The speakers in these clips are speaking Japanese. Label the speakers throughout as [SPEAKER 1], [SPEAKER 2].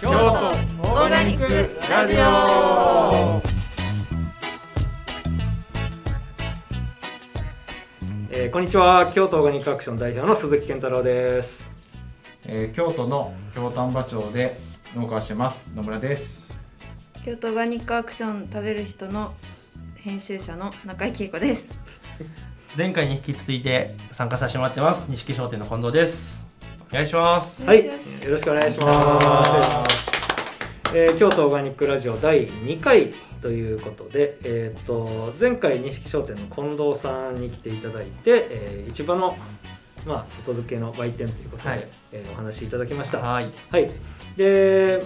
[SPEAKER 1] 京都オーガニックラジオ
[SPEAKER 2] えーこんにちは京都オーガニックアクション代表の鈴木健太郎です
[SPEAKER 3] えー京都の京丹波町で農家をしてます野村です
[SPEAKER 1] 京都オーガニックアクション食べる人の編集者の中井恵子です
[SPEAKER 4] 前回に引き続いて参加させてもらってます錦商店の近藤ですお願いします
[SPEAKER 1] お
[SPEAKER 2] は
[SPEAKER 1] 願いし
[SPEAKER 2] いよ
[SPEAKER 1] ます
[SPEAKER 2] ろしくお願いしますえー京都オーガニックラジオ第2回ということで、えー、と前回錦商店の近藤さんに来ていただいて、えー市場の、まあ、外付けの売店ということで、
[SPEAKER 4] はい
[SPEAKER 2] えーお話しいただきました。は
[SPEAKER 4] はい
[SPEAKER 2] い、で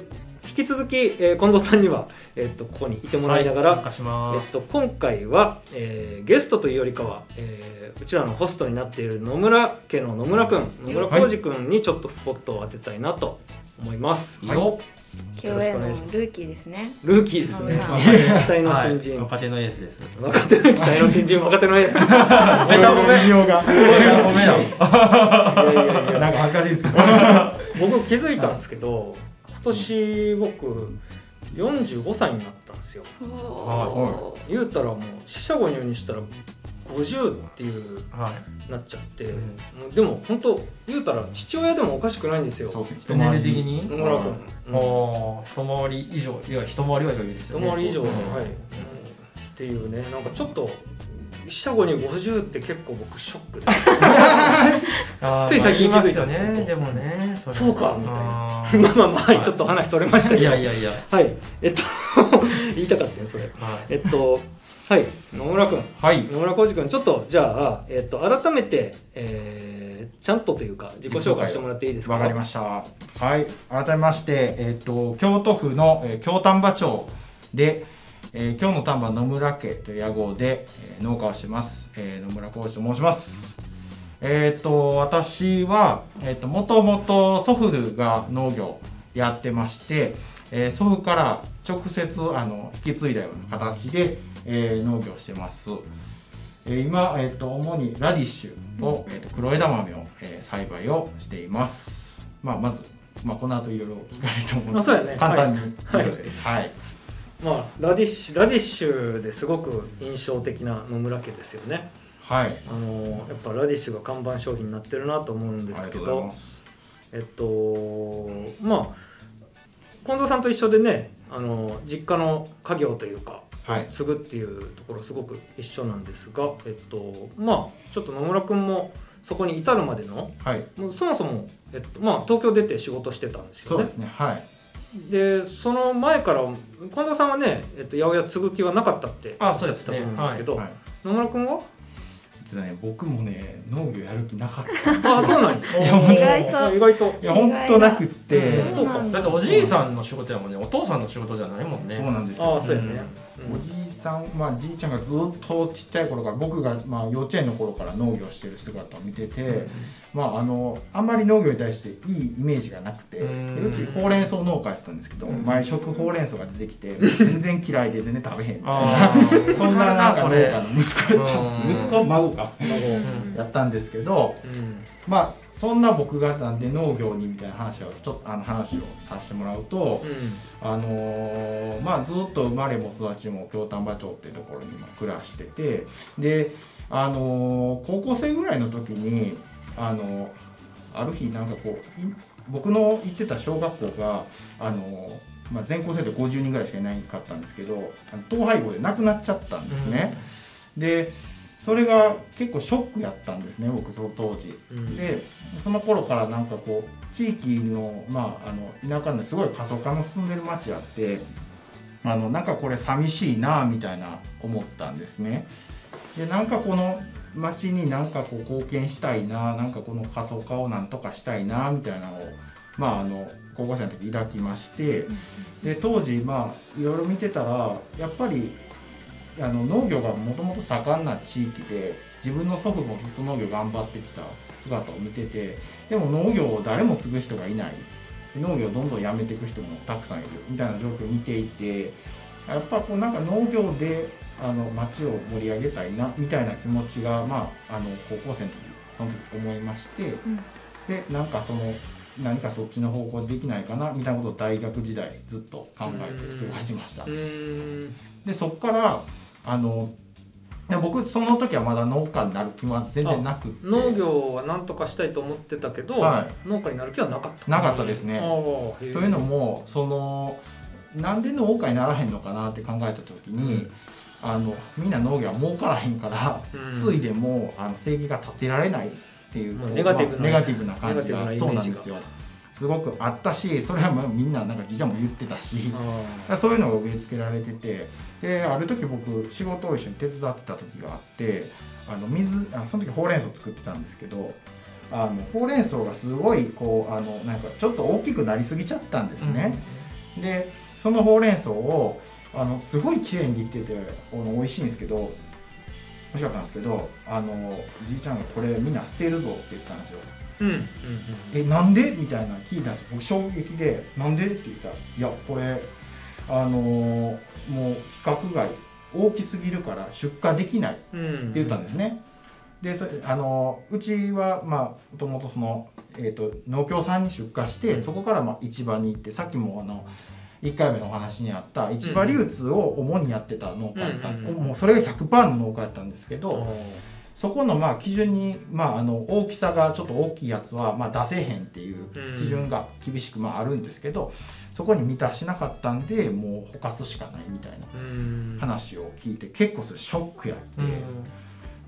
[SPEAKER 2] 引き続き、えー近藤さんには、えー、とここにいてもらいながら、
[SPEAKER 4] はい参加しま
[SPEAKER 2] えっ
[SPEAKER 4] す
[SPEAKER 2] と、今回は、えーゲストというよりかは、えーうちらのホストになっている野村家の野村くん野村浩二くんにちょっとスポットを当てたいなと思います、
[SPEAKER 3] はい
[SPEAKER 4] よ
[SPEAKER 1] 共演のルーキーですね
[SPEAKER 2] ルーキーですね
[SPEAKER 1] はい
[SPEAKER 2] 期待の新人、
[SPEAKER 4] はい若手のエースです
[SPEAKER 2] 若手の期待の新 人若手のエースい
[SPEAKER 4] めんなごめん
[SPEAKER 3] 営業が
[SPEAKER 4] ごめんなごめんな
[SPEAKER 2] やいやい
[SPEAKER 3] な
[SPEAKER 2] や
[SPEAKER 3] んか恥ずかしいですけど
[SPEAKER 2] 僕気づいたんですけど今年僕45歳になったんですよ
[SPEAKER 4] は
[SPEAKER 2] 言うたらもう四捨五入にしたら50っていう
[SPEAKER 4] はい
[SPEAKER 2] なっちゃって、
[SPEAKER 4] ん
[SPEAKER 2] もうでも本当言うたら父親でもおかしくないんですよ
[SPEAKER 3] そうですね
[SPEAKER 4] 年齢的に
[SPEAKER 2] 野村君、
[SPEAKER 4] あ
[SPEAKER 2] うん
[SPEAKER 4] ー一回り以上いや一回りは余裕ですよね
[SPEAKER 2] 一回り以上、は
[SPEAKER 4] そうそうそう
[SPEAKER 2] い、っていうねなんかちょっと下後に50って結構僕ショックで
[SPEAKER 4] あー
[SPEAKER 2] つい最近
[SPEAKER 4] まあ言いますよ
[SPEAKER 2] 気づいたんです
[SPEAKER 4] ね
[SPEAKER 2] け
[SPEAKER 4] でもねそれ
[SPEAKER 2] そうかみたい
[SPEAKER 4] あ ー
[SPEAKER 2] まあまあまあちょっと話それました
[SPEAKER 4] い
[SPEAKER 2] けど
[SPEAKER 4] やいやいや
[SPEAKER 2] はいえっと 言いたかったよそれ
[SPEAKER 4] はい
[SPEAKER 2] えっとはい野村君
[SPEAKER 3] はい
[SPEAKER 2] 野村浩二君ちょっとじゃあ、えっと、改めて、えーちゃんとというか自己紹介してもらっていいですか
[SPEAKER 3] わかりました。はい、改めまして、えっ、と、京都府の、えー京丹波町で。えー今日の丹波野村家という屋号で、えー農家をしてます、えー野村浩二と申します。えっ、と、私は、えっ、と、もともと祖父が農業やってまして。えー祖父から直接、あの、引き継いだような形で、えー農業してます。えー今、えー、と主にラディッシュを、えー、と黒枝豆を、えー栽培をしています、まあ、まず、まあ、この後いろいろ聞かれると思うん
[SPEAKER 2] まあ
[SPEAKER 3] で
[SPEAKER 2] そうやね
[SPEAKER 3] 簡単に
[SPEAKER 2] はい
[SPEAKER 3] 以上ですはい、
[SPEAKER 2] まあ、ラディッシュラディッシュですごく印象的な野村家ですよね
[SPEAKER 3] はい
[SPEAKER 2] あのやっぱラディッシュが看板商品になってるなと思うんですけ
[SPEAKER 3] ありがとうござい
[SPEAKER 2] ど
[SPEAKER 3] ます
[SPEAKER 2] えっとまあ近藤さんと一緒でねあの実家の家業というか
[SPEAKER 3] はい
[SPEAKER 2] 継ぐっていうところすごく一緒なんですが、えっと、まあちょっと野村君もそこに至るまでの
[SPEAKER 3] はい
[SPEAKER 2] もうそもそも、えっとまあ、東京出て仕事してたんです
[SPEAKER 3] そ
[SPEAKER 2] よ
[SPEAKER 3] う
[SPEAKER 2] ね
[SPEAKER 3] ですねはい
[SPEAKER 2] でその前から近藤さんはね、えっと、八百屋継ぐ気はなかったって
[SPEAKER 4] あそうですね
[SPEAKER 2] おっしゃってたと思うんですけど、野
[SPEAKER 3] はい
[SPEAKER 2] 村君は
[SPEAKER 3] 実はね僕もね農業やる気なかった
[SPEAKER 2] あそうなん
[SPEAKER 4] おー
[SPEAKER 3] いやもう
[SPEAKER 1] 意外と
[SPEAKER 2] や意外と
[SPEAKER 3] いや本当なくって
[SPEAKER 2] うんそうか
[SPEAKER 4] だっておじいさんの仕事やもんねお父さんの仕事じゃないもんね
[SPEAKER 3] そうなんです
[SPEAKER 2] あ
[SPEAKER 3] よ
[SPEAKER 2] あそうやね、うん
[SPEAKER 3] おじいさんまあじいちゃんがずっとちっちゃい頃から僕が、まあ、幼稚園の頃から農業してる姿を見てて、まあ、あのあんまり農業に対していいイメージがなくてで
[SPEAKER 4] う
[SPEAKER 3] う
[SPEAKER 4] ん
[SPEAKER 3] ちほうれん草農家やったんですけど
[SPEAKER 4] うん
[SPEAKER 3] 毎食ほうれん草が出てきて全然嫌いで全然食べへんみたいな
[SPEAKER 4] あー
[SPEAKER 3] そんななんか農家の息子やったん
[SPEAKER 4] うん
[SPEAKER 3] です息子孫か
[SPEAKER 4] うん
[SPEAKER 3] やったんですけど
[SPEAKER 2] うん
[SPEAKER 3] まあそんな僕がなんで農業にみたいな話をちょっとあの話をさせてもらうと。あのーまあずっと生まれも育ちも京丹波町っていうところに今暮らしててで、あのー高校生ぐらいの時に、あのーある日なんかこうい僕の行ってた小学校が、あのーまあ、全校生徒50人ぐらいしかいなかったんですけどあの統廃合でなくなっちゃったんですね。でそれが結構ショックやったんですね僕その当時。
[SPEAKER 2] うん
[SPEAKER 3] でその頃からなんかこう地域の,、まあ、あの田舎のすごい過疎化の進んでる町あってあのなんかこれ寂しいなあみたいな思ったんですね。でなんかこの町になんかこう貢献したいなあなんかこの過疎化をなんとかしたいなあみたいなのを、まあ、あの高校生の時抱きましてで当時まあいろいろ見てたらやっぱりあの農業がもともと盛んな地域で自分の祖父もずっと農業頑張ってきた姿を見ててでも農業を誰も継ぐ人がいない農業をどんどんやめていく人もたくさんいるみたいな状況を見ていてやっぱこうなんか農業であの町を盛り上げたいなみたいな気持ちが、まあ、あの高校生の時その時思いまして、
[SPEAKER 1] ん
[SPEAKER 3] でなんかその何かそっちの方向できないかなみたいなことを大学時代ずっと考えて過ごしました
[SPEAKER 2] う。ーん
[SPEAKER 3] でそこからあのいや僕その時はまだ農家になる気は全然なくって
[SPEAKER 2] 農業は何とかしたいと思ってたけど、
[SPEAKER 3] は
[SPEAKER 2] 農家になる気はなかった
[SPEAKER 3] なかったですね
[SPEAKER 2] あーへー
[SPEAKER 3] というのもそのなんで農家にならへんのかなって考えた時に、あのみんな農業は儲からへんから、
[SPEAKER 2] うん
[SPEAKER 3] ついでもあの正義が立てられないっていう
[SPEAKER 2] もう
[SPEAKER 3] こう
[SPEAKER 2] ネガティブな
[SPEAKER 3] まあネガティブな感じ
[SPEAKER 2] ネガ
[SPEAKER 3] が
[SPEAKER 2] ティブなイメージが
[SPEAKER 3] そうなんですよすごくあったしそれはもうみんななんかじいちゃんも言ってたし、だか
[SPEAKER 2] あ
[SPEAKER 3] らそういうのが植え付けられててである時僕仕事を一緒に手伝ってた時があってあの水あその時ほうれん草作ってたんですけどあのほうれん草がすごいこうあのなんかちょっと大きくなりすぎちゃったんですね。でそのほうれん草をあのすごい綺麗にできててあの美味しいんですけど美味しかったんですけどあのじいちゃんが「これみんな捨てるぞ」って言ったんですよ
[SPEAKER 2] ーうんうんうん
[SPEAKER 3] 「えなんで?」みたいなの聞いたんですよ僕衝撃で「なんで?」って言ったら「いやこれあのもう規格外大きすぎるから出荷できない」
[SPEAKER 2] うん
[SPEAKER 3] って言ったんですね。でそれあのうちはまあもともとその、えー、と農協さんに出荷して、そこからまあ市場に行ってさっきもあの1回目のお話にあった市場流通を主にやってた農家だった、
[SPEAKER 2] うんうん
[SPEAKER 3] もうそれが100%の農家だったんですけど、
[SPEAKER 2] あ
[SPEAKER 3] そこのまあ基準に、まあ、あの大きさがちょっと大きいやつはまあ出せへんっていう基準が厳しくまああるんですけど、そこに満たしなかったんでもう枯渇しかないみたいな
[SPEAKER 2] ーうん
[SPEAKER 3] 話を聞いて結構それショックやって。
[SPEAKER 4] うん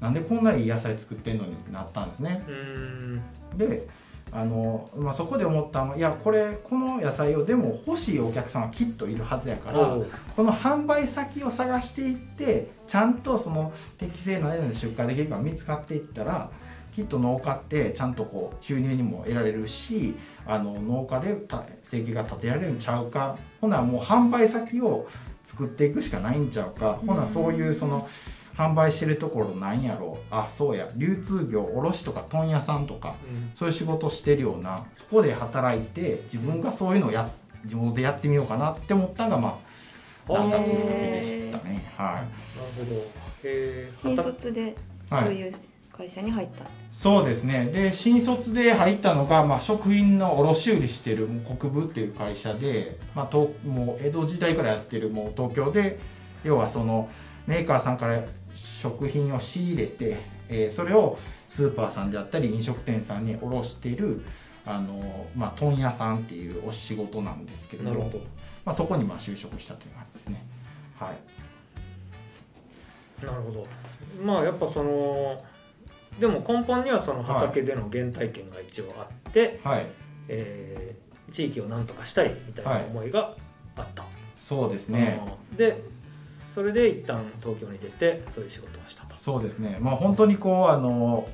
[SPEAKER 3] なんでこんないい野菜作ってんのにってなったんですね
[SPEAKER 2] うん
[SPEAKER 3] であの、まあ、そこで思ったのはいやこれこの野菜をでも欲しいお客さんはきっといるはずやから
[SPEAKER 2] おう
[SPEAKER 3] この販売先を探していってちゃんとその適正な値段で出荷できるか見つかっていったらきっと農家ってちゃんとこう収入にも得られるしあの農家でた生計が立てられるんちゃうかほなもう販売先を作っていくしかないんちゃうかほなそういうその販売してるところなんやろうあそうや流通業卸とか問屋さんとか
[SPEAKER 2] うん
[SPEAKER 3] そういう仕事してるようなそこで働いて自分がそういうのをや地元でやってみようかなって思ったのがまあなんかきっかけでしたね。は
[SPEAKER 2] なるほどへー
[SPEAKER 1] 新卒で
[SPEAKER 3] はい
[SPEAKER 1] そういう会社に入った、
[SPEAKER 3] い。そうですね。で新卒で入ったのがまあ食品の卸売してるもう国分っていう会社で、まあ東もう江戸時代からやってるもう東京で要はそのメーカーさんから食品を仕入れて、えーそれをスーパーさんであったり飲食店さんに卸してる。あのまあ、問屋さんっていうお仕事なんですけれど
[SPEAKER 2] なるほど
[SPEAKER 3] まあ、そこにまあ就職したという感じですね。はい、
[SPEAKER 2] なるほどまあやっぱそのでも根本にはその畑での原体験が一応あって、
[SPEAKER 3] はい、
[SPEAKER 2] えー地域を何とかしたいみたいな思いがあった、
[SPEAKER 3] そうですね。
[SPEAKER 2] うんでそれで一旦東京に出てそういう仕事をしたと
[SPEAKER 3] そうですね、まあ、本当にこうあの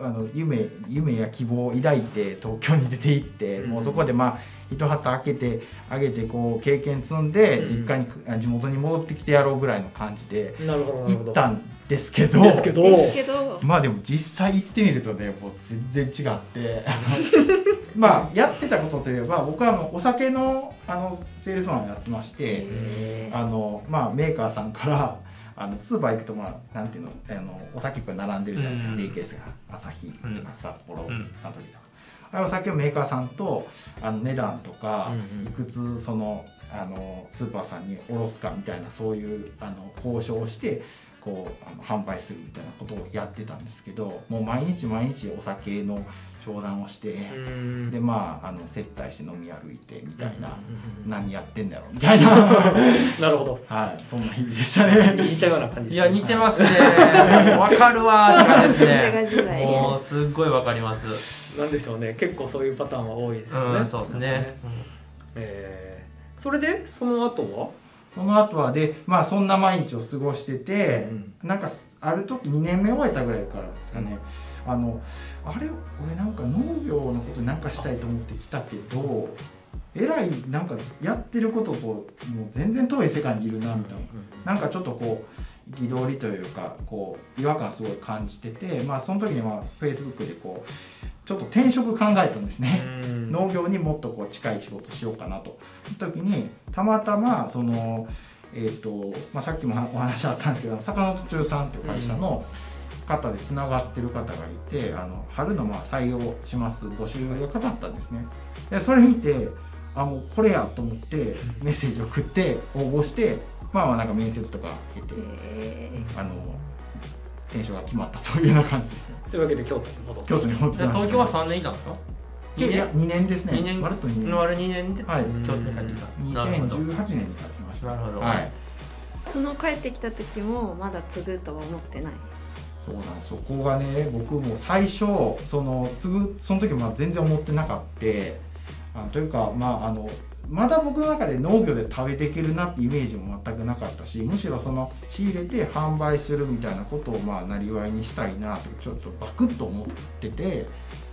[SPEAKER 3] あの夢夢や希望を抱いて東京に出て行って、
[SPEAKER 2] うん
[SPEAKER 3] もうそこでまあ一旗開けてあげてこう経験積んで
[SPEAKER 2] うん
[SPEAKER 3] 実家に、あ地元に戻ってきてやろうぐらいの感じで
[SPEAKER 2] なるほどなるほ
[SPEAKER 3] 行
[SPEAKER 2] ど
[SPEAKER 3] ったんですけど
[SPEAKER 2] ですけど
[SPEAKER 1] ですけど
[SPEAKER 3] まあでも実際行ってみるとねもう全然違って まあやってたことといえば僕はあのお酒のあのセールスマンをやってまして。
[SPEAKER 1] へー
[SPEAKER 3] あのまあメーカーさんからあのスーパー行くとまあなんていうのあのお酒が並んでるじゃないですか、
[SPEAKER 4] うん
[SPEAKER 3] DKS が朝日とか札幌、
[SPEAKER 4] うん
[SPEAKER 3] サントリーとか。あれお酒をメーカーさんとあの値段とか、
[SPEAKER 2] うんうん
[SPEAKER 3] いくつそのあのスーパーさんに卸すかみたいなそういうあの交渉をしてこうあの販売するみたいなことをやってたんですけどもう毎日毎日お酒の商談をして、
[SPEAKER 2] うん
[SPEAKER 3] でまああの接待して飲み歩いてみたい
[SPEAKER 2] う
[SPEAKER 3] な、
[SPEAKER 2] ん
[SPEAKER 3] 何やってんだろうみたいな。
[SPEAKER 2] なるほど
[SPEAKER 3] はい、そんな日々でしたね。
[SPEAKER 2] 似たような感じ
[SPEAKER 4] い
[SPEAKER 2] です
[SPEAKER 4] や似てますね わかるわーって感じです
[SPEAKER 1] さ
[SPEAKER 4] ね
[SPEAKER 1] すが時代
[SPEAKER 4] もうすっごいわかります
[SPEAKER 2] なんでしょうね結構そういうパターンは多いですよね、
[SPEAKER 4] うんそうですね、
[SPEAKER 2] えーそれでその後は
[SPEAKER 3] その後はで、まあそんな毎日を過ごしてて、なんかすある時2年目終えたぐらいからですかね。あのあれ俺なんか農業のことなんかしたいと思ってきたけど、えらいなんかやってることともう全然遠い世界にいるなみたいな。なんかちょっとこう憤りというかこう違和感すごい感じてて、まあその時にまあフェイスブックでこうちょっと転職考えたんですね。
[SPEAKER 2] うん
[SPEAKER 3] 農業にもっとこう近い仕事しようかなと時にたまたまその、えーとまあ、さっきもお話あったんですけど坂本中さんという会社の方でつながってる方がいてあの春のまあ採用します募集がかかったんですねでそれ見てあもうこれやと思ってメッセージ送って応募してまあまあなんか面接とか経て
[SPEAKER 1] え
[SPEAKER 3] あの転職が決まったというような感じですね
[SPEAKER 2] というわけで京都に戻って
[SPEAKER 3] 京都に戻ってき
[SPEAKER 4] で
[SPEAKER 3] ました
[SPEAKER 4] 東京は3年いたんですか
[SPEAKER 3] いやいや2年ですね
[SPEAKER 4] 二年
[SPEAKER 3] まるっと2年
[SPEAKER 4] の割る2年で
[SPEAKER 3] はい
[SPEAKER 4] 京都に帰ってきたなるほど
[SPEAKER 3] 2018年に帰ってきました
[SPEAKER 4] なるほど
[SPEAKER 3] はい
[SPEAKER 1] ーその帰ってきた時もまだ継ぐとは思ってない
[SPEAKER 3] そうなんですそこがね僕も最初その継ぐその時まあ全然思ってなかってあというかまああのまだ僕の中で農業で食べていけるなってイメージも全くなかったしむしろその仕入れて販売するみたいなことをまあなりわいにしたいなとちょっとバクッと思ってて、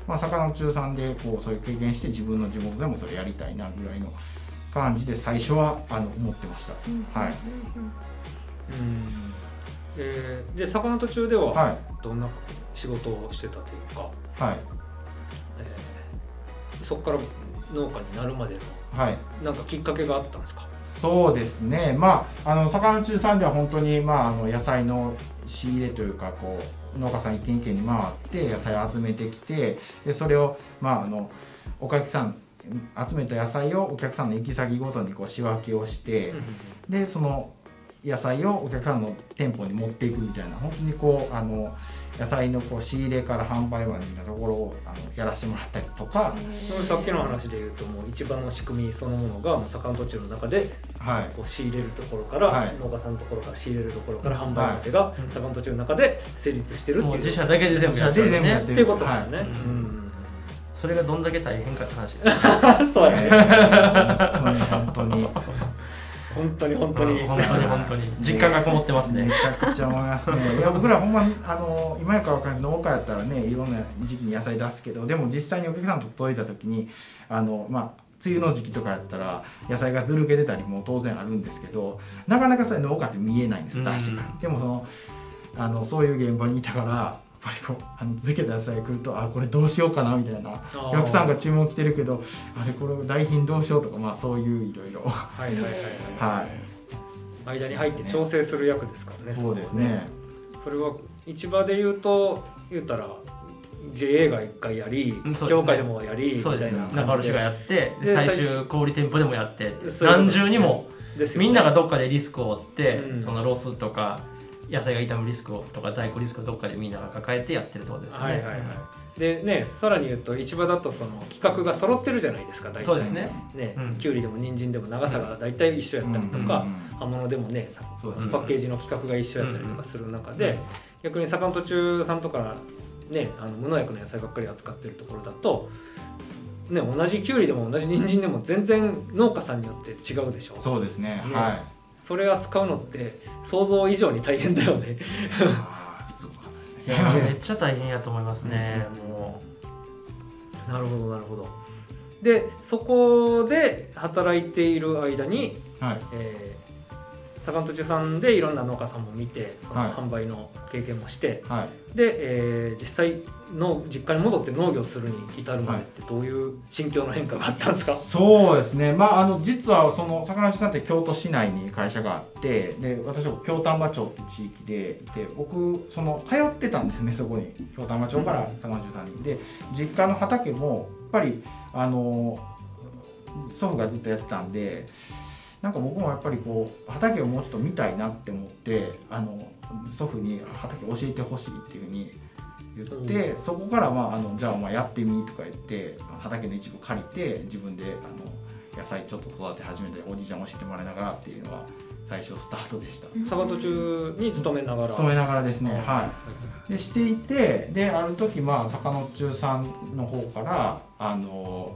[SPEAKER 3] まあ、魚の中産でこうそういう経験して自分の地元でもそれやりたいなぐらいの感じで最初はあの思ってました。はい
[SPEAKER 2] うんえーで坂の途中では
[SPEAKER 3] はい
[SPEAKER 2] どんな仕事をしてたというか、
[SPEAKER 3] はい
[SPEAKER 2] えーそこから農家になるまでの
[SPEAKER 3] はい
[SPEAKER 2] なんかきっかけがあったんですか
[SPEAKER 3] そうですね、まあ、あの魚中産では本当に、まあ、あの野菜の仕入れというかこう農家さん一軒一軒に回って野菜を集めてきてでそれを、まあ、あのお客さん集めた野菜をお客さんの行き先ごとにこう仕分けをして、でその野菜をお客さんの店舗に持っていくみたいな本当にこうあの野菜のこう仕入れから販売までみたいなところをあのやらせてもらったりとか、
[SPEAKER 2] そのさっきの話で言うともう市場の仕組みそのものがもう坂の途中の中で
[SPEAKER 3] はい、
[SPEAKER 2] こう仕入れるところから、
[SPEAKER 3] はい
[SPEAKER 2] 農家さんのところから仕入れるところから販売までが
[SPEAKER 4] い
[SPEAKER 2] 坂の途中の中で成立してるってい
[SPEAKER 4] も
[SPEAKER 2] う
[SPEAKER 4] う自社だけで全部やって
[SPEAKER 3] 自社で
[SPEAKER 4] る
[SPEAKER 3] 全部やっ
[SPEAKER 4] ね
[SPEAKER 2] ってて
[SPEAKER 3] る
[SPEAKER 2] いうことですよね、
[SPEAKER 4] はい
[SPEAKER 2] うん
[SPEAKER 4] それがどんだけ大変かって話で す
[SPEAKER 2] そうやね
[SPEAKER 3] 本当に本当に。
[SPEAKER 2] 本当に本当に、
[SPEAKER 4] うん本当に本当に実感がこもってます
[SPEAKER 3] め
[SPEAKER 4] ね
[SPEAKER 3] ちゃくちゃ思いますね。いや僕らほんまにあの今やからわかる農家やったらねいろんな時期に野菜出すけどでも実際にお客さんと届いた時にあのまあ梅雨の時期とかやったら野菜がずるけ出たりも当然あるんですけどなかなかそれ農家って見えないんですよ出してから。でもそのあのそういう現場にいたからやっぱりこうあの漬けた野菜が来るとあこれどうしようかなみたいな
[SPEAKER 2] あー
[SPEAKER 3] お客さんが注文来てるけどあれこれ代品どうしようとかまあそういういろいろ
[SPEAKER 2] はいはいはいはい
[SPEAKER 3] はい
[SPEAKER 2] 間に入って調整する役ですからね
[SPEAKER 3] そうですね
[SPEAKER 2] それは市場で言うと言うたら JA が一回やり、
[SPEAKER 4] うんそうですね
[SPEAKER 2] 業界でもやりみた
[SPEAKER 4] そう
[SPEAKER 2] い
[SPEAKER 4] です
[SPEAKER 2] な
[SPEAKER 4] 中
[SPEAKER 2] 感じ
[SPEAKER 4] 卸が
[SPEAKER 2] で
[SPEAKER 4] やって
[SPEAKER 2] で
[SPEAKER 4] で最
[SPEAKER 2] 最
[SPEAKER 4] 終小売店舗でもやってって
[SPEAKER 2] そういうこと
[SPEAKER 4] 何重にも
[SPEAKER 2] ですよね
[SPEAKER 4] みんながどっかでリスクを負って、
[SPEAKER 2] うん
[SPEAKER 4] そのロスとか野菜が傷むリスクをとか在庫リスクをどっかでみんなが抱えてやってるってことですよね。
[SPEAKER 2] はいはいはいでねさらに言うと市場だとその規格が揃ってるじゃないですか大体
[SPEAKER 4] そうですね。
[SPEAKER 2] ね
[SPEAKER 4] うん
[SPEAKER 2] きゅうりでも人参でも長さが大体一緒やったりとか、
[SPEAKER 3] うんうんうん
[SPEAKER 2] 葉物でもねさ
[SPEAKER 3] そうです
[SPEAKER 4] ん
[SPEAKER 3] ね
[SPEAKER 2] パッケージの規格が一緒やったりとかする中で、逆に坂の途中さんとかねあの無農薬の野菜ばっかり扱ってるところだと、ね、同じきゅうりでも同じ人参でも全然農家さんによって違うでしょ
[SPEAKER 3] そうですね、
[SPEAKER 2] ね
[SPEAKER 3] はい。
[SPEAKER 2] それ扱うのって想像以上に大変だよね
[SPEAKER 3] ああ、すごかったです
[SPEAKER 4] いやめっちゃ大変やと思いますね。も
[SPEAKER 2] なるほどなるほどでそこで働いている間に
[SPEAKER 3] はい、
[SPEAKER 2] えー、坂本中さんでいろんな農家さんも見てそ
[SPEAKER 3] はい
[SPEAKER 2] の販売の経験もして、
[SPEAKER 3] はい。
[SPEAKER 2] で、えー実際の実家に戻って農業するに至るまでってどういう心境の変化があったんですか、
[SPEAKER 3] そうですね、まあ、あの実はその魚市さんって京都市内に会社があってで私は京丹波町って地域でで僕その通ってたんですねそこに京丹波町から魚市さんに。で実家の畑もやっぱりあの祖父がずっとやってたんでなんか僕もやっぱりこう畑をもうちょっと見たいなって思ってあの祖父に畑教えてほしいっていうふうに言って、そこから、まあ、あのじゃあお前やってみとか言って畑の一部借りて自分であの野菜ちょっと育て始めておじいちゃん教えてもらいながらっていうのは最初スタートでした。
[SPEAKER 2] 坂本中に勤めながら、
[SPEAKER 3] 勤めながらですね、
[SPEAKER 2] うん
[SPEAKER 3] はい、でしていてである時まあ坂野中さんの方からあの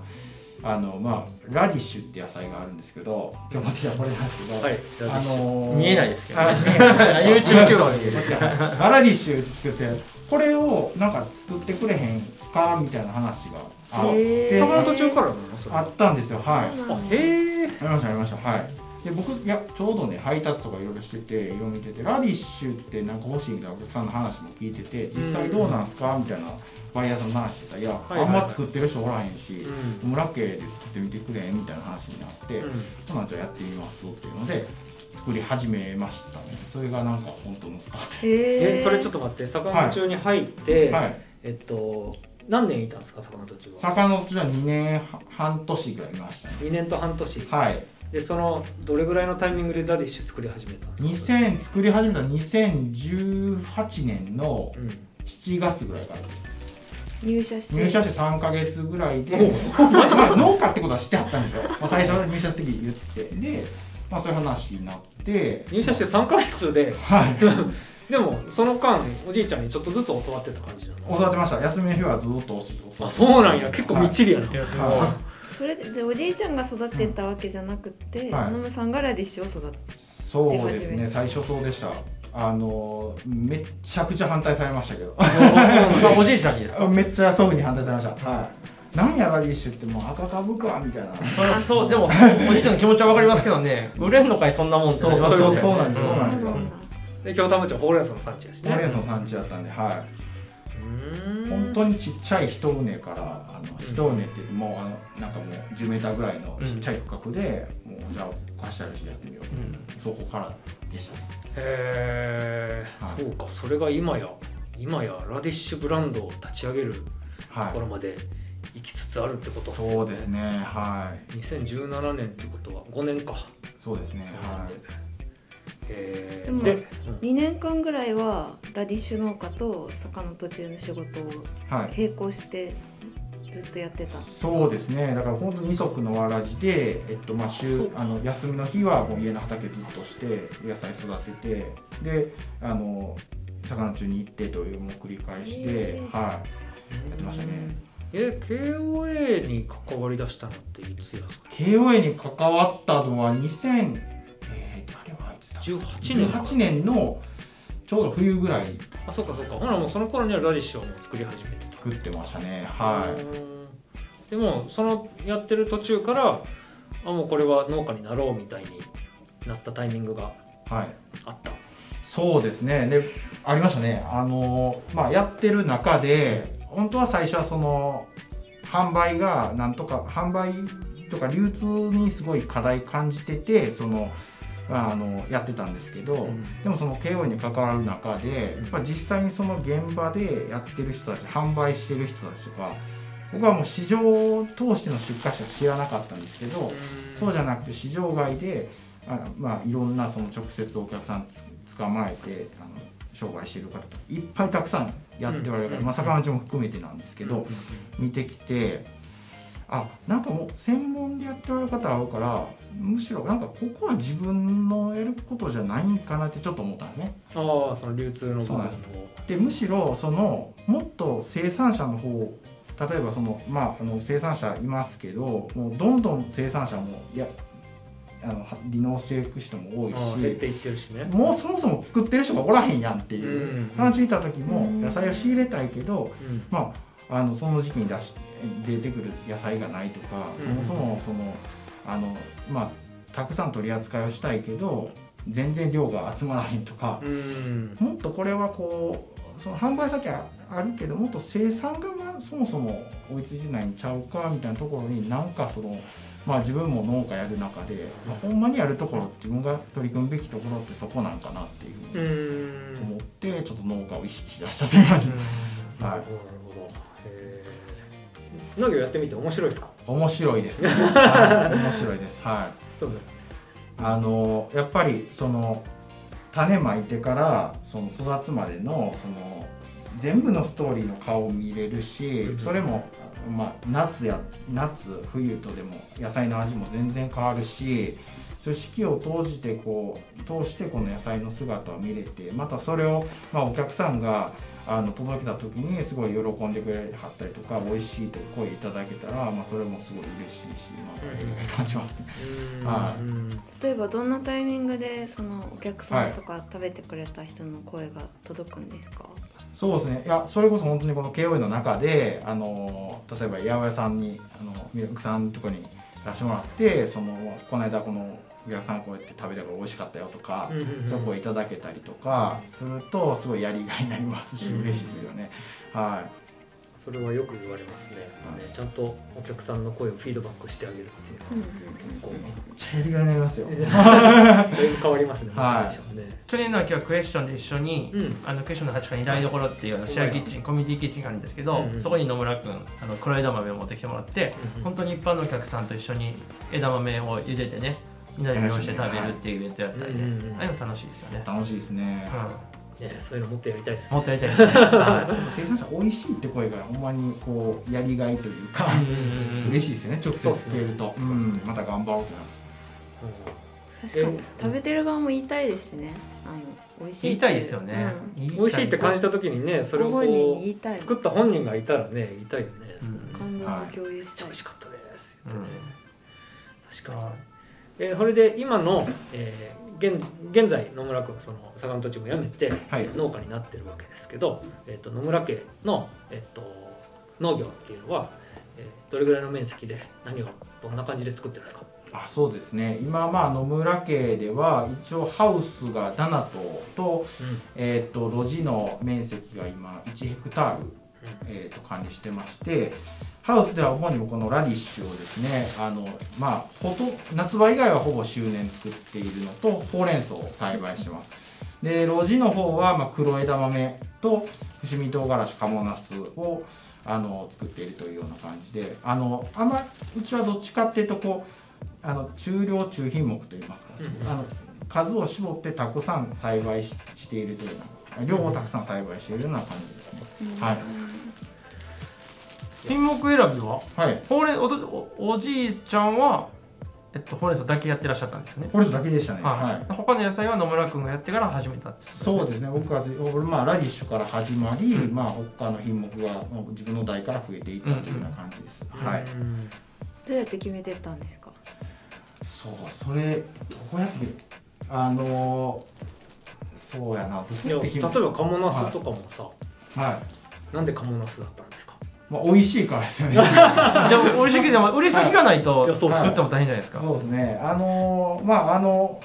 [SPEAKER 3] あのまあラディッシュって野菜があるんですけど今日までやこれなんですけど、
[SPEAKER 2] はい
[SPEAKER 3] あの
[SPEAKER 4] う見えないですけど ね。
[SPEAKER 3] あ見えない違
[SPEAKER 4] YouTube
[SPEAKER 3] う違うラディッシュ作ってこれをなんか作ってくれへんかみたいな話があっ
[SPEAKER 1] へ
[SPEAKER 3] て
[SPEAKER 1] ー
[SPEAKER 2] 坂本中からなのそれ
[SPEAKER 3] あったんですよはい
[SPEAKER 1] そう
[SPEAKER 2] あ
[SPEAKER 1] なんだ
[SPEAKER 2] へえ
[SPEAKER 3] ありましたありましたはいで僕いやちょうどね配達とかいろいろしてて色々見ててラディッシュってなんか欲しいみたいなお客さんの話も聞いてて実際どうなんすかみたいなバイヤーさんの話してたらいや、
[SPEAKER 2] いはいはい
[SPEAKER 3] あんま作ってる人おらへんし、
[SPEAKER 2] う
[SPEAKER 3] 村家で作ってみてくれみたいな話になって、
[SPEAKER 2] うん
[SPEAKER 3] そうなんじゃあやってみますっていうので作り始めましたねそれがなんか本当のスタート
[SPEAKER 1] え
[SPEAKER 2] えそれちょっと待って坂本町に入って、
[SPEAKER 3] はい
[SPEAKER 2] えっと何年いたんですか坂本町は
[SPEAKER 3] 坂のうちは2年半年ぐらいいましたね
[SPEAKER 2] 2年と半年、
[SPEAKER 3] はい
[SPEAKER 2] でそのどれぐらいのタイミングでダディッシュ作り始めたんですか
[SPEAKER 3] 2000作り始めた2018年の
[SPEAKER 2] うん
[SPEAKER 3] 7月ぐらいからです
[SPEAKER 1] 入社して
[SPEAKER 3] 入社して3か月ぐらいで、
[SPEAKER 2] お
[SPEAKER 3] まあ、農家ってことはしてあったんですよ、まあ、最初は入社して言ってで、まあ、そういう話になって
[SPEAKER 2] 入社して3ヶ月で
[SPEAKER 3] はい
[SPEAKER 2] でもその間おじいちゃんにちょっとずつ教わってた感じなの
[SPEAKER 3] 教わってました休みの日はずっと教えて
[SPEAKER 2] あそうなんや結構みっ
[SPEAKER 3] 道
[SPEAKER 2] ちりやな、
[SPEAKER 4] いやすごい、
[SPEAKER 3] は
[SPEAKER 1] それでおじいちゃんが育てたわけじゃなくて、
[SPEAKER 3] はい
[SPEAKER 1] 野村さんがラディッシュを育てた
[SPEAKER 3] そうですね最初そうでしたあのめっちゃくちゃ反対されましたけど
[SPEAKER 4] まあおじいちゃんにですか
[SPEAKER 3] めっちゃ祖父に反対されましたはいなんやラディッシュってもう赤株かみ たいな
[SPEAKER 4] そりゃそうでもそうおじいちゃんの気持ちはわかりますけどね売れんのかいそんなもんってなりますよね
[SPEAKER 3] そうそうそうなんですそうなんですよ
[SPEAKER 1] そうなんだ
[SPEAKER 2] で京田町はほうれん草の産地やしね
[SPEAKER 3] マレーの産地だったんでは
[SPEAKER 2] う
[SPEAKER 3] い
[SPEAKER 2] ん
[SPEAKER 3] 本当にちっちゃい一畝からあの一畝ってもうあのなんかもう10メーターぐらいのちっちゃい区画で、もうじゃあお菓子たちでやってみよう、
[SPEAKER 4] うん
[SPEAKER 3] そこからでしたね
[SPEAKER 2] へえ、
[SPEAKER 3] はい
[SPEAKER 2] そうかそれが今や今やラディッシュブランドを立ち上げると
[SPEAKER 3] はい
[SPEAKER 2] ころまで行きつつあるってことっすよね
[SPEAKER 3] そうですねはい
[SPEAKER 2] 2017年ってことは5年か、
[SPEAKER 3] そうですねは
[SPEAKER 2] え
[SPEAKER 1] で
[SPEAKER 2] ー、
[SPEAKER 1] も
[SPEAKER 2] で、うん
[SPEAKER 1] 2年間ぐらいはラディッシュ農家と坂の途中の仕事を
[SPEAKER 3] い、はい、
[SPEAKER 1] 並行してずっとやってた
[SPEAKER 3] そうですねだから本当に二足のわらじで、えっとまあ、
[SPEAKER 2] そ
[SPEAKER 3] 週
[SPEAKER 2] う
[SPEAKER 3] あの休みの日はもう家の畑ずっとして野菜育ててであの魚中に行ってというもう繰り返しで、
[SPEAKER 1] へー
[SPEAKER 3] はいやってましたね
[SPEAKER 2] え KOA に関わりだしたのっていつや
[SPEAKER 3] KOA に関わったのは2000えー、あれはいつだ
[SPEAKER 2] 18年か
[SPEAKER 3] 18年のちょうど冬ぐらい
[SPEAKER 2] あそうかそうかほらもうその頃にはラディッシュをもう作り始めて
[SPEAKER 3] 作ってましたねは
[SPEAKER 2] うーんでもそのやってる途中からあもうこれは農家になろうみたいになったタイミングが
[SPEAKER 3] い、はい、
[SPEAKER 2] あった
[SPEAKER 3] そうですねでありましたねあの、まあ、やってる中で本当は最初はその販売がなんとか販売とか流通にすごい課題感じててそのまああのやってたんですけど、でもその KO に関わる中でやっぱ実際にその現場でやってる人たち販売してる人たちとか僕はもう市場を通しての出荷者知らなかったんですけど、そうじゃなくて市場外であのまあいろんなその直接お客さんつ捕まえてあの商売してる方とかいっぱいたくさんやっておられ
[SPEAKER 2] うんう
[SPEAKER 3] るから、
[SPEAKER 2] ん
[SPEAKER 3] まあ、坂町も含めてなんですけど、見てきてあなんかもう専門でやっておられる方は多いからむしろなんかここは自分のやることじゃないんかなってちょっと思ったんですね。
[SPEAKER 2] ああその流通の部分を
[SPEAKER 3] そうなんででむしろそのもっと生産者の方例えばそのまああの生産者いますけどもうどんどん生産者もいやあのは離農していく人も多い
[SPEAKER 2] ああ減っ
[SPEAKER 3] して
[SPEAKER 2] いってるしね
[SPEAKER 3] もうそもそも作ってる人がおらへんやんって
[SPEAKER 2] う
[SPEAKER 3] い
[SPEAKER 2] ん
[SPEAKER 3] う話聞いた時も
[SPEAKER 1] うん
[SPEAKER 3] 野菜を仕入れたいけど
[SPEAKER 2] うん
[SPEAKER 3] まああのその時期に出し出てくる野菜がないとか
[SPEAKER 2] うん
[SPEAKER 3] そもそもそのあのまあたくさん取り扱いをしたいけど全然量が集まらへんとか。
[SPEAKER 2] うん
[SPEAKER 3] もっとこれはこうその販売先はあるけどもっと生産がまあそもそも追いついてないんちゃうかみたいなところになんかそのまあ自分も農家やる中で、まあ、ほんまにやるところ自分が取り組むべきところってそこなんかなってい
[SPEAKER 2] う
[SPEAKER 3] うふうに
[SPEAKER 2] ん
[SPEAKER 3] 思ってちょっと農家を意識しだしたという感じ、
[SPEAKER 2] な
[SPEAKER 3] は
[SPEAKER 2] る
[SPEAKER 3] い
[SPEAKER 2] ほどなるほどへえ農業やってみて面白いですか
[SPEAKER 3] 面白いですね、はい面白いですはい。
[SPEAKER 2] そうだ
[SPEAKER 3] あのやっぱりその種まいてからその育つまでのその全部のストーリーの顔を見れるし
[SPEAKER 2] うん
[SPEAKER 3] それも、まあ、夏や夏冬とでも野菜の味も全然変わるしそういう四季を通じてこう通してこの野菜の姿を見れてまたそれを、まあ、お客さんがあの届けた時にすごい喜んでくれはったりとか美味しいという声いただけたら、まあ、それもすごい嬉しいし、まあ、やりがい感じますね。
[SPEAKER 2] うん
[SPEAKER 3] はい
[SPEAKER 2] うん
[SPEAKER 1] 例えばどんなタイミングでそのお客さんとか食べてくれた人の声が届くんですか、
[SPEAKER 3] そうですねいやそれこそ本当にこの KOE の中であの例えば八百屋さんにあのミルクさんのとこに出してもらってそのこの間このお客さんこうやって食べたから美味しかったよとか、
[SPEAKER 2] うんうんうん
[SPEAKER 3] そこをいただけたりとかするとすごいやりがいになりますし
[SPEAKER 2] うん
[SPEAKER 3] 嬉しいですよね。は
[SPEAKER 2] それはよく言われますね
[SPEAKER 3] はい
[SPEAKER 2] ねちゃんとお客さんの声をフィードバックしてあげるっていうのは
[SPEAKER 1] うんうん
[SPEAKER 3] い、こうめっちゃやりがいになります よ。
[SPEAKER 2] だいぶ変わりますね、
[SPEAKER 3] はい
[SPEAKER 2] モチベーションね。
[SPEAKER 4] 去年の秋はクエスチョンで一緒に、
[SPEAKER 2] うん
[SPEAKER 4] あのクエスチョンの8階に台所っていうあのシェアキッチンコミュニティキッチンがあるんですけど、
[SPEAKER 2] うんうん
[SPEAKER 4] そこに野村君あの黒枝豆を持ってきてもらって、
[SPEAKER 2] うんうん
[SPEAKER 4] 本当に一般のお客さんと一緒に枝豆を茹でてねみんなで用意して食べるっていうイベントやったりね、
[SPEAKER 2] うんうんうん
[SPEAKER 4] ああいうの楽しいですよね、
[SPEAKER 3] 楽しいですね。
[SPEAKER 4] う
[SPEAKER 2] ねそういうのもっとやりたいです
[SPEAKER 4] ん、も
[SPEAKER 2] ね。
[SPEAKER 4] っとやりたいですね、は
[SPEAKER 3] 生産者美味しいって声がほんまにこうやりがいというか、
[SPEAKER 4] いうんうんうん
[SPEAKER 3] 嬉しいですね直接聞けると、
[SPEAKER 2] そうっすね
[SPEAKER 3] うんまた頑張ろうってなります
[SPEAKER 1] 確かに食べてる側も言いたいですねあの美味しい
[SPEAKER 4] 言いたいですよね、
[SPEAKER 2] うん美味しいって感じ
[SPEAKER 4] た
[SPEAKER 2] た時にね、
[SPEAKER 1] そ
[SPEAKER 2] そ
[SPEAKER 1] れを
[SPEAKER 2] れを
[SPEAKER 1] 本人に
[SPEAKER 2] こ
[SPEAKER 1] 言いた
[SPEAKER 2] う
[SPEAKER 1] い
[SPEAKER 2] 作った本人がいたらね、言いたいよね。
[SPEAKER 4] う
[SPEAKER 2] そ
[SPEAKER 4] ん
[SPEAKER 2] れね
[SPEAKER 1] 感動を共有し
[SPEAKER 2] めっち
[SPEAKER 1] た
[SPEAKER 2] ゃ
[SPEAKER 1] い
[SPEAKER 2] 美味しかったです。
[SPEAKER 4] う
[SPEAKER 2] 言ってね
[SPEAKER 4] ん
[SPEAKER 2] 確かに。えーそれで今の、えー現現在野村君その坂本地も辞めて
[SPEAKER 3] はい
[SPEAKER 2] 農家になってるわけですけど、えー、と野村家の、えー、と農業っていうのは、えーどれぐらいの面積で何をどんな感じで作ってるんですか、
[SPEAKER 3] あそうですね今まあ野村家では一応ハウスが7棟と,、えー、と路地の面積が今1ヘクタール、えー、と管理してましてハウスでは主にこのラディッシュをですねあのまあほと夏場以外はほぼ周年作っているのとほうれん草を栽培してますで路地の方はまあ黒枝豆と伏見唐辛子カモナスをあの作っているというような感じであのあんまうちはどっちかっていうとこうあの中量中品目といいますか、
[SPEAKER 2] うん
[SPEAKER 3] あの数を絞ってたくさん栽培ししているというような量をたくさん栽培しているような感じですね。はい
[SPEAKER 4] 品目選びは
[SPEAKER 3] はい
[SPEAKER 4] ほうれんおとおおじいちゃんは、えっと、ほうれん草だけやってらっしゃったんですよね
[SPEAKER 3] これだけでしたね。はい
[SPEAKER 4] はい、他の野菜は野村君がやってから始めたってこと
[SPEAKER 3] そうですね僕はじ俺まあラディッシュから始まり、まあ他の品目がもう自分の代から増えていったというような感じです、はい
[SPEAKER 2] うん
[SPEAKER 1] どうやって決めてったんですか
[SPEAKER 3] そうそれどうやって見るあのーそうやなど
[SPEAKER 2] いや
[SPEAKER 3] うやって
[SPEAKER 2] 例え
[SPEAKER 3] 決
[SPEAKER 2] ば
[SPEAKER 3] め
[SPEAKER 2] カモナスとかもさ、
[SPEAKER 3] はい、
[SPEAKER 2] なんでカモナスだったんですか
[SPEAKER 3] まあ、美味しいからですよね
[SPEAKER 4] でも美味しいけどでも売り先がな
[SPEAKER 2] は
[SPEAKER 4] い
[SPEAKER 2] いい
[SPEAKER 4] と
[SPEAKER 2] やそう
[SPEAKER 4] 作っても大変じゃないですか、
[SPEAKER 3] そうですねあのーまああの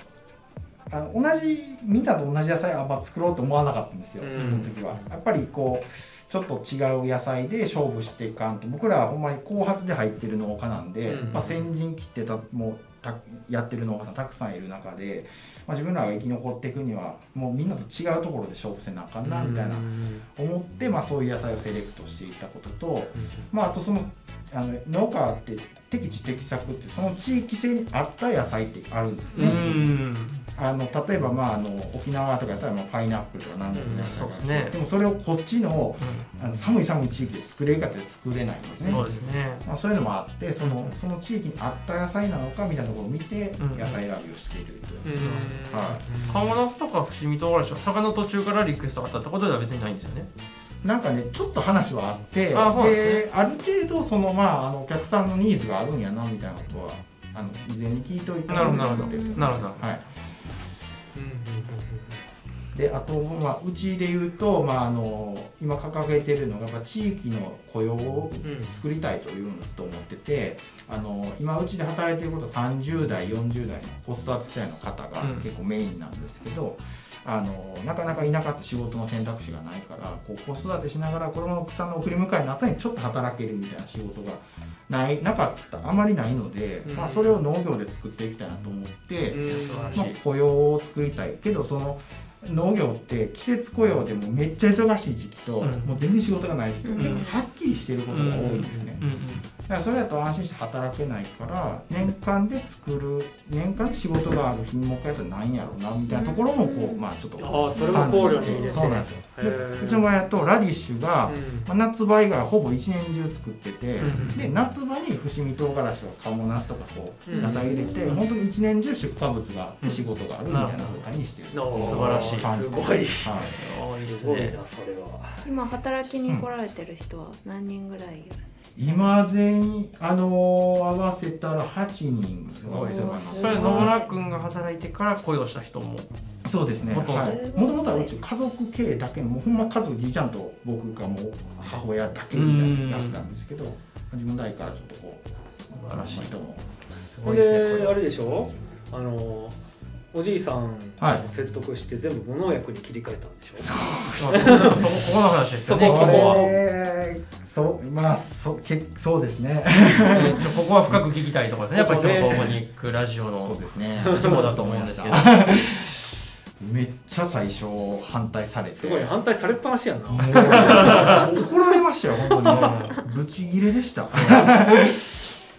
[SPEAKER 3] あの同じ見たと同じ野菜はあんま作ろうと思わなかったんですよ、
[SPEAKER 2] うん
[SPEAKER 3] その時はやっぱりこうちょっと違う野菜で勝負していかんと僕らはほんまに後発で入ってる農家なんで、
[SPEAKER 2] うん
[SPEAKER 3] まあ、先陣切ってたもうたやってる農家さんたくさんいる中で、まあ、自分らが生き残っていくにはもうみんなと違うところで勝負せなあかんなみたいな
[SPEAKER 2] うん
[SPEAKER 3] 思って、まあ、そういう野菜をセレクトしていったことと、まあ、あとそのあの農家って適地適作ってその地域性に合った野菜ってあるんです
[SPEAKER 4] う
[SPEAKER 3] ね、
[SPEAKER 4] ん
[SPEAKER 3] あの例えば、まあ、あの沖縄とかやったらまあパイナップルとか何でも
[SPEAKER 2] うん
[SPEAKER 3] ね、
[SPEAKER 4] そうですね
[SPEAKER 3] でもそれをこっちのあの寒い寒い地域で作れるかって作れないんですね
[SPEAKER 4] そうですね
[SPEAKER 3] まあ、そういうのもあってその
[SPEAKER 4] うん
[SPEAKER 3] その地域に合った野菜なのかみたいなところを見て
[SPEAKER 4] ん
[SPEAKER 3] 野菜選びをしているという
[SPEAKER 2] うん
[SPEAKER 3] は
[SPEAKER 4] カモナスとか伏見唐辛子は坂の途中からリクエストがあったってことでは別にないんですよね
[SPEAKER 3] なんかねちょっと話はあって
[SPEAKER 4] あそうなんです
[SPEAKER 3] ある程度そのまああのお客さんのニーズがあるんやなみたいなことはあの事前に聞いといて
[SPEAKER 4] なるほどなるほど
[SPEAKER 3] 作ってるという
[SPEAKER 4] なるほど
[SPEAKER 3] はい
[SPEAKER 2] うんうん
[SPEAKER 3] であと、まあ、うちで言うと、まあ、あの今掲げてるのがやっぱ地域の雇用を
[SPEAKER 2] うんうんうん
[SPEAKER 3] 作りたいというのをずっと思っててあの今うちで働いてることは30代40代の子育て世代の方が
[SPEAKER 4] うん
[SPEAKER 3] 結構メインなんですけど、あのなかなか田舎って仕事の選択肢がないからこう子育てしながら子供の草の送り迎えの後にちょっと働けるみたいな仕事がないなかったあまりないので、
[SPEAKER 2] うん
[SPEAKER 3] まあ、それを農業で作っていきたいなと思って。
[SPEAKER 2] うん
[SPEAKER 4] 素晴らしい
[SPEAKER 3] まあ、雇用を作りたいけどその農業って季節雇用でもめっちゃ忙しい時期と、
[SPEAKER 4] うん
[SPEAKER 3] もう全然仕事がない時期と
[SPEAKER 1] うん
[SPEAKER 3] 結構はっきりしてることが多いんですね、
[SPEAKER 4] うんうん
[SPEAKER 3] だからそれだと安心して働けないから年間で作る年間で仕事がある品目やったら何やろうなみたいなところもこうまあちょっと
[SPEAKER 2] ああそれも考慮に入れて
[SPEAKER 3] そうなんですよ
[SPEAKER 2] へー
[SPEAKER 3] でうちの場合だとラディッシュが、まあ、夏場以外はほぼ一年中作ってて、
[SPEAKER 4] うん
[SPEAKER 3] で夏場に伏見唐辛子とかカモナスとかこう
[SPEAKER 2] うん
[SPEAKER 3] 野菜入れて、
[SPEAKER 4] うん
[SPEAKER 3] 本当に一年中出荷物があって仕事があるみたいな
[SPEAKER 4] なるほ
[SPEAKER 3] 状態にしてる
[SPEAKER 2] なるほど
[SPEAKER 4] 素晴らしい
[SPEAKER 3] 感じです
[SPEAKER 2] ごい
[SPEAKER 3] はい
[SPEAKER 4] 多いです
[SPEAKER 2] すごい
[SPEAKER 4] ね
[SPEAKER 2] なそれは
[SPEAKER 1] 今働きに来られてる人は何人ぐらいいる
[SPEAKER 3] 今全員あのー合わせたら8人すごい人がいます
[SPEAKER 4] それは野村君が働いてから雇用した 人も
[SPEAKER 3] そうですね
[SPEAKER 4] ほ
[SPEAKER 3] も
[SPEAKER 4] と
[SPEAKER 3] と
[SPEAKER 4] んど
[SPEAKER 3] もとはうち家族経営だけのもうほんま家族じいちゃんと僕がもう母親だけみたいなだったんですけど自分代からちょっとこう
[SPEAKER 4] 素晴らしい
[SPEAKER 3] 人も
[SPEAKER 4] す
[SPEAKER 2] こ
[SPEAKER 4] ごいですね
[SPEAKER 2] れあれでしょあのおじいさん
[SPEAKER 3] はい
[SPEAKER 2] を説得して全部無農薬に切り替えたんでしょ、
[SPEAKER 4] そこそこここの話ですよね。こ
[SPEAKER 2] そ
[SPEAKER 4] こ
[SPEAKER 2] こ
[SPEAKER 4] は。
[SPEAKER 3] えーそうまあそうけそうですね
[SPEAKER 4] えーとここは深く聞きたいところですね。やっぱり
[SPEAKER 2] ここね
[SPEAKER 4] 京都オーガニックラジオの
[SPEAKER 3] すね
[SPEAKER 4] 肝だと思うんですけど。
[SPEAKER 3] めっちゃ最初反対されて
[SPEAKER 2] すごい反対されっぱなしやな、
[SPEAKER 3] もう怒られましたよ本当 にぶち切れでした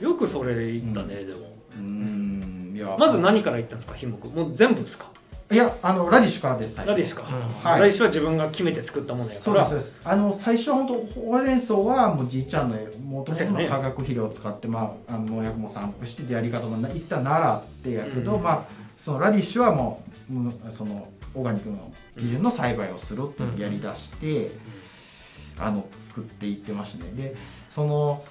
[SPEAKER 2] よくそれ言ったね、でも
[SPEAKER 3] うんいや
[SPEAKER 2] まず何から言ったんですか品目もう全部ですか
[SPEAKER 3] いやあのラディッシュからです最初
[SPEAKER 2] ラディッシュか、
[SPEAKER 4] うん
[SPEAKER 3] はい
[SPEAKER 2] ラディッシュは自分が決めて作ったものやか
[SPEAKER 3] そうで
[SPEAKER 2] ら
[SPEAKER 3] すそうですあの最初は本当ほうれん草はもうじいちゃんのもともとの化学肥料を使って、まあ、あの農薬も散布してでやり方もな一旦習ってやけど、
[SPEAKER 2] うん
[SPEAKER 3] まあ、そのラディッシュはもうもうそのオーガニックの基準の栽培をするっていうのをやりだして、あの作っていってましたねでその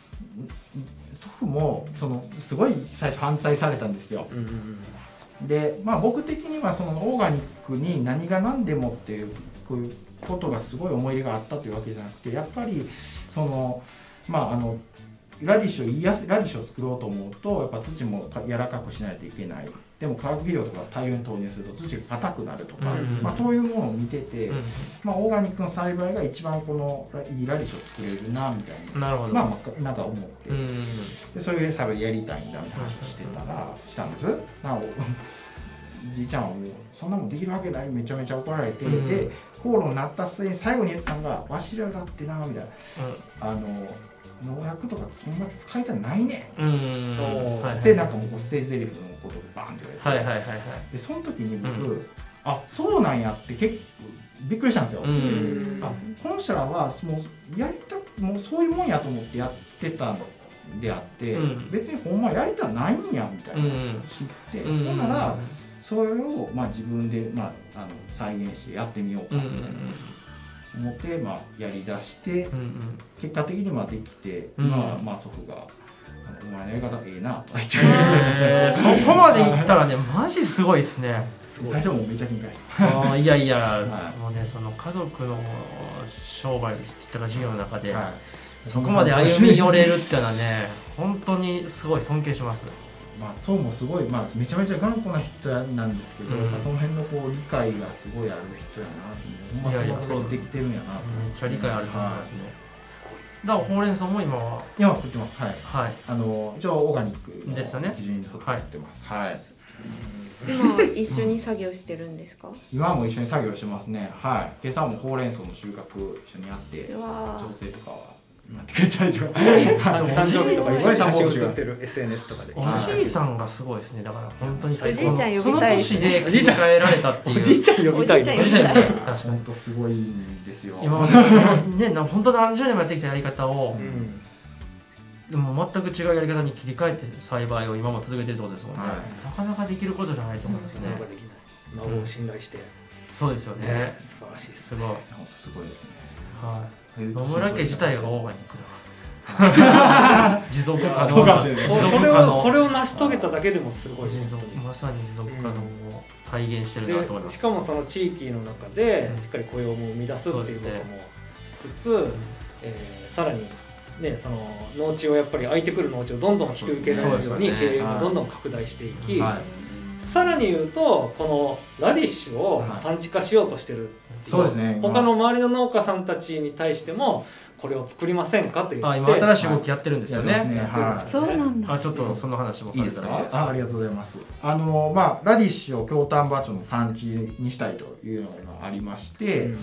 [SPEAKER 3] ん祖父もそのすごい最初反対されたんですよ。
[SPEAKER 2] うんうんうん
[SPEAKER 3] で、まあ、僕的にはそのオーガニックに何が何でもっていうこういうことがすごい思い入れがあったというわけじゃなくてやっぱりそのまああのラディッシュを言いやすラディッシュを作ろうと思うとやっぱ土もか柔らかくしないといけないでも化学肥料とか大量に投入すると土が硬くなるとか、
[SPEAKER 4] うんうん
[SPEAKER 3] まあ、そういうものを見てて、まあ、オーガニックの栽培が一番このラいいラディッシュを作れるなみたい
[SPEAKER 4] うん
[SPEAKER 3] な、
[SPEAKER 4] なるほど。
[SPEAKER 3] まあ、まあなんか思って。
[SPEAKER 4] うん。
[SPEAKER 3] でそういうサービスやりたいんだみたいな話をしてたらしたんですなお じいちゃんはもうそんなもんできるわけないめちゃめちゃ怒られて、
[SPEAKER 4] うん
[SPEAKER 3] で口論になった末に最後に言ったのが「わしらだってな」みたいな「あの農薬とかそんな使いたないね
[SPEAKER 4] うん。うん
[SPEAKER 2] そう
[SPEAKER 4] はいはい
[SPEAKER 3] ん」ってなんかもうステージゼリフのことをバンって言われて、
[SPEAKER 4] はいはいはいはい。
[SPEAKER 3] でその時に僕、
[SPEAKER 4] う
[SPEAKER 3] あそうなんやって結構びっくりしたんですよ、
[SPEAKER 4] うん
[SPEAKER 3] あ本社はもうやりたもうそういうもんやと思ってやってたのであって、
[SPEAKER 4] うん
[SPEAKER 3] 別にほんまやりたないんやみたいうな、
[SPEAKER 4] ん。
[SPEAKER 3] 知って、
[SPEAKER 4] うん
[SPEAKER 3] ほんならそれを、まあ、自分で、まあ、あの再現してやってみようか
[SPEAKER 4] うん
[SPEAKER 3] み
[SPEAKER 4] うん
[SPEAKER 3] たいな思って、まあ、やりだして、
[SPEAKER 4] うんうん。
[SPEAKER 3] 結果的にまあできて、
[SPEAKER 4] うん
[SPEAKER 3] 今はまあ祖父が「あのお前のやり方ええな」とか言って、
[SPEAKER 4] えーそこまでいったらね、マジすごいですね。
[SPEAKER 2] すご
[SPEAKER 3] 最
[SPEAKER 2] い
[SPEAKER 3] 初はもうめちゃ緊張した
[SPEAKER 4] あーいやいや、
[SPEAKER 3] はい
[SPEAKER 4] もうね、その家族の商売とか事業の中で、
[SPEAKER 3] はい
[SPEAKER 4] そこまで歩み寄れるっていうのはね、本当にすごい尊敬します。
[SPEAKER 3] まあ、そうもすごい、まあ、めちゃめちゃ頑固な人なんですけど、
[SPEAKER 4] うん
[SPEAKER 3] まあその辺のこう理解がすごいある人やなってほ
[SPEAKER 4] いやい
[SPEAKER 3] ん
[SPEAKER 4] や
[SPEAKER 3] まそのことできてるんやなと
[SPEAKER 4] めっちゃ理解あると思いますね。
[SPEAKER 2] す
[SPEAKER 4] だからほうれん草も今は、
[SPEAKER 3] 今は作ってますはい
[SPEAKER 4] はい。
[SPEAKER 3] あの一応オーガニックの
[SPEAKER 4] ですよね
[SPEAKER 3] 基準に沿って作ってますはい、
[SPEAKER 1] 今は一緒に作業してるんですか。
[SPEAKER 3] 今も一緒に作業してますねはい今朝もほうれん草の収穫一緒にやって
[SPEAKER 1] うわ
[SPEAKER 3] 調
[SPEAKER 1] ー
[SPEAKER 3] 整とかはやってくれた りとか
[SPEAKER 2] ごい誕生日とか一緒に写真写っ
[SPEAKER 3] る
[SPEAKER 2] てる SNS とかで
[SPEAKER 4] おじいさんがすごいですね、だから本当に
[SPEAKER 1] おじいちゃん
[SPEAKER 4] そ
[SPEAKER 1] 呼び
[SPEAKER 4] の
[SPEAKER 1] たいです
[SPEAKER 4] 年
[SPEAKER 1] ね
[SPEAKER 4] で切り替えられたっていう。
[SPEAKER 2] おじいちゃん呼びたい
[SPEAKER 1] おじいちゃん
[SPEAKER 2] ね
[SPEAKER 1] 呼び
[SPEAKER 4] ゃんみたいな確か
[SPEAKER 3] 本
[SPEAKER 4] に。
[SPEAKER 3] 当すごいんですよ
[SPEAKER 4] 今まで、ね、な本当何十年もやってきたやり方を
[SPEAKER 2] う、ん
[SPEAKER 4] でも全く違うやり方に切り替えて栽培を今も続けてるってことですもんね、
[SPEAKER 3] は
[SPEAKER 4] なかなかできることじゃないと思いますね、
[SPEAKER 2] なんかできない孫を信頼して、
[SPEAKER 4] そうですよね
[SPEAKER 2] 素晴らしいです
[SPEAKER 4] すごい、
[SPEAKER 3] 本当すごいですね
[SPEAKER 4] は野村家自体がオーガニックだ わ持続可能な
[SPEAKER 3] そうかもしれない
[SPEAKER 4] 持
[SPEAKER 2] そ
[SPEAKER 4] 続
[SPEAKER 2] そ
[SPEAKER 4] 可
[SPEAKER 2] れをそ
[SPEAKER 4] 能
[SPEAKER 2] れを成し遂げただけでもすごい
[SPEAKER 4] 持
[SPEAKER 2] 本
[SPEAKER 4] 続
[SPEAKER 2] 当に
[SPEAKER 4] まさに持続可能を体現してるなと思いま
[SPEAKER 2] ですしかもその地域の中でしっかり雇用も生み出すっていうこともしつつ、えーさらに、ね、その農地をやっぱり空いてくる農地をどんどん引き受けられるように
[SPEAKER 4] そうですよね
[SPEAKER 2] 経営もどんどん拡大していき、
[SPEAKER 3] はい
[SPEAKER 2] さらに言うとこのラディッシュを
[SPEAKER 3] はい
[SPEAKER 2] 産地化しようとしてる、
[SPEAKER 3] そうですね
[SPEAKER 2] 他の周りの農家さんたちに対してもこれを作りませんかと言って
[SPEAKER 4] あ今新しい動きやってるんですよね,、
[SPEAKER 3] やってますね
[SPEAKER 2] やってる
[SPEAKER 1] そ
[SPEAKER 2] ん
[SPEAKER 1] う
[SPEAKER 2] ですよね
[SPEAKER 1] なんだ。
[SPEAKER 4] あちょっとその話も
[SPEAKER 3] い
[SPEAKER 4] さ
[SPEAKER 3] い
[SPEAKER 4] れ
[SPEAKER 3] ですか
[SPEAKER 4] た
[SPEAKER 3] らあありがとうございますあのまあラディッシュを京丹波町の産地にしたいというのが今ありまして、
[SPEAKER 2] うん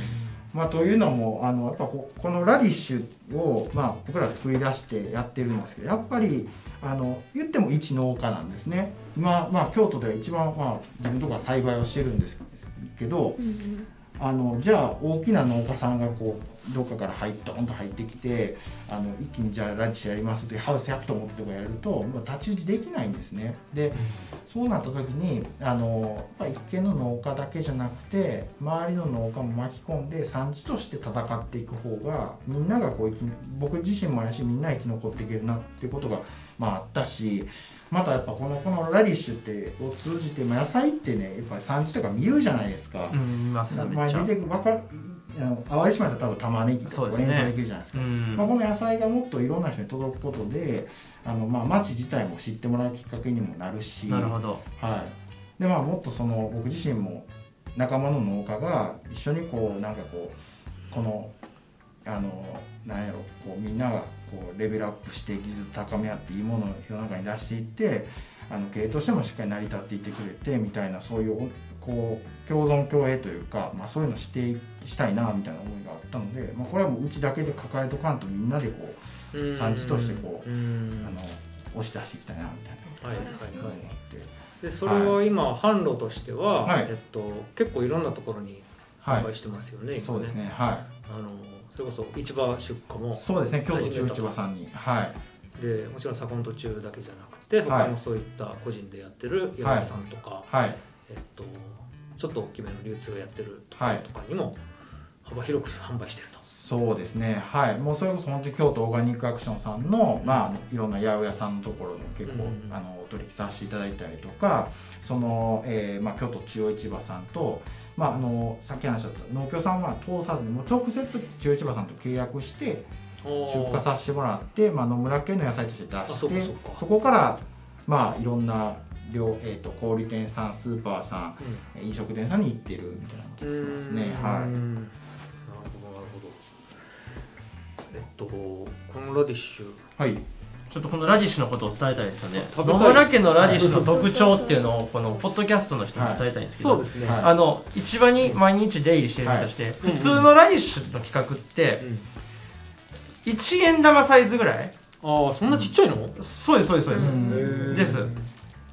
[SPEAKER 3] まあというのもあのやっぱここのラディッシュをまあ僕ら作り出してやってるんですけどやっぱりあの言っても一農家なんですね今まあ京都では一番まあ自分とか栽培をしてるんですけど、
[SPEAKER 1] うんうん
[SPEAKER 3] あのじゃあ大きな農家さんがこうどっかから入ドーンと入ってきてあの一気にじゃあラディッシュやりますってハウス100と思ってとかやるともう太刀打ちできないんですねでそうなった時にあのやっぱ一軒の農家だけじゃなくて周りの農家も巻き込んで産地として戦っていく方がみんながこう生き僕自身もやしみんな生き残っていけるなっていうことが、まあ、あったしまたやっぱこのこのラディッシュってを通じて、まあ、野菜ってねやっぱり産地とか見るじゃないですか。
[SPEAKER 4] うんいますめっ
[SPEAKER 3] 前
[SPEAKER 4] ちゃ
[SPEAKER 3] 出てくるわかるあの淡路島だったら多分玉ねぎ
[SPEAKER 4] そ
[SPEAKER 3] と
[SPEAKER 4] うで
[SPEAKER 3] か
[SPEAKER 4] す
[SPEAKER 3] 連
[SPEAKER 4] ね
[SPEAKER 3] 想できるじゃないです
[SPEAKER 4] う
[SPEAKER 3] か。
[SPEAKER 4] ん
[SPEAKER 3] まあ、この野菜がもっといろんな人に届くことであの、まあ、町自体も知ってもらうきっかけにもなるし
[SPEAKER 4] なるほど
[SPEAKER 3] はでまあもっとその僕自身も仲間の農家が一緒にこうなんかこうこのあのなんやろこうみんながこうレベルアップして技術高め合っていいものを世の中に出していってあの経営としてもしっかり成り立っていってくれてみたいなそういうこう共存共栄というか、まあ、そういうのしていしたいなみたいな思いがあったので、まあ、これはもううちだけで抱えとかんとみんなでこう
[SPEAKER 2] うん
[SPEAKER 3] 産地としてこ
[SPEAKER 2] う
[SPEAKER 3] あ
[SPEAKER 2] ん
[SPEAKER 3] の押し出していきたいなみたい
[SPEAKER 2] はいはいはい
[SPEAKER 3] な思って。
[SPEAKER 2] でそれは今、販路としては、
[SPEAKER 3] はい
[SPEAKER 2] えっと、結構いろんなところに
[SPEAKER 3] は
[SPEAKER 2] 販
[SPEAKER 3] い
[SPEAKER 2] 売してますよね、今ね
[SPEAKER 3] そうですね、は
[SPEAKER 2] あのそれこそ市場出荷も
[SPEAKER 3] い、そうですね、京都
[SPEAKER 2] 始
[SPEAKER 3] 中
[SPEAKER 2] めた
[SPEAKER 3] 市場さんに、はい、
[SPEAKER 2] でもちろん坂本中だけじゃなくて
[SPEAKER 3] はい
[SPEAKER 2] 他のそういった個人でやってる山屋さんとか、
[SPEAKER 3] はい、
[SPEAKER 2] えっと、ちょっと大きめの流通をやってるところとかにも幅広く販売してると。
[SPEAKER 3] そうですね、はい、もうそれこそ本当に京都オーガニックアクションさんの、まあ、いろんな八百屋さんのところの結構、
[SPEAKER 2] うん
[SPEAKER 3] あのお取引させていただいたりとか、その、えーまあ、京都中央市場さんと、まあ、あのさっき話しちゃった農協さんは通さずに、もう直接中央市場さんと契約して、出荷させてもらって、まあ、野村家の野菜として出
[SPEAKER 2] あ
[SPEAKER 3] し
[SPEAKER 2] そうか
[SPEAKER 3] て
[SPEAKER 2] そ
[SPEAKER 3] そう
[SPEAKER 2] か
[SPEAKER 3] こから、まあ、いろんな量、えー、と小売店さんスーパーさん
[SPEAKER 2] うん
[SPEAKER 3] 飲食店さんに行ってるみたいなことですね
[SPEAKER 2] うーん
[SPEAKER 3] は
[SPEAKER 2] なるほどなるほど。えっとこのラディッシュ
[SPEAKER 3] い、はい、
[SPEAKER 4] ちょっとこのラディッシュのことを伝えたいですよね
[SPEAKER 2] 食べた
[SPEAKER 4] 野
[SPEAKER 2] い
[SPEAKER 4] 村家のラディッシュの特徴っていうのをこのポッドキャストの人に伝えたいんですけど、
[SPEAKER 2] すね
[SPEAKER 3] はい
[SPEAKER 4] あの市場に毎日出入りしてる人として、普通のラディッシュの企画って1円玉サイズぐらい
[SPEAKER 2] ああそんなちっちゃいの、
[SPEAKER 4] そうですそうですそうです、
[SPEAKER 3] うん
[SPEAKER 4] です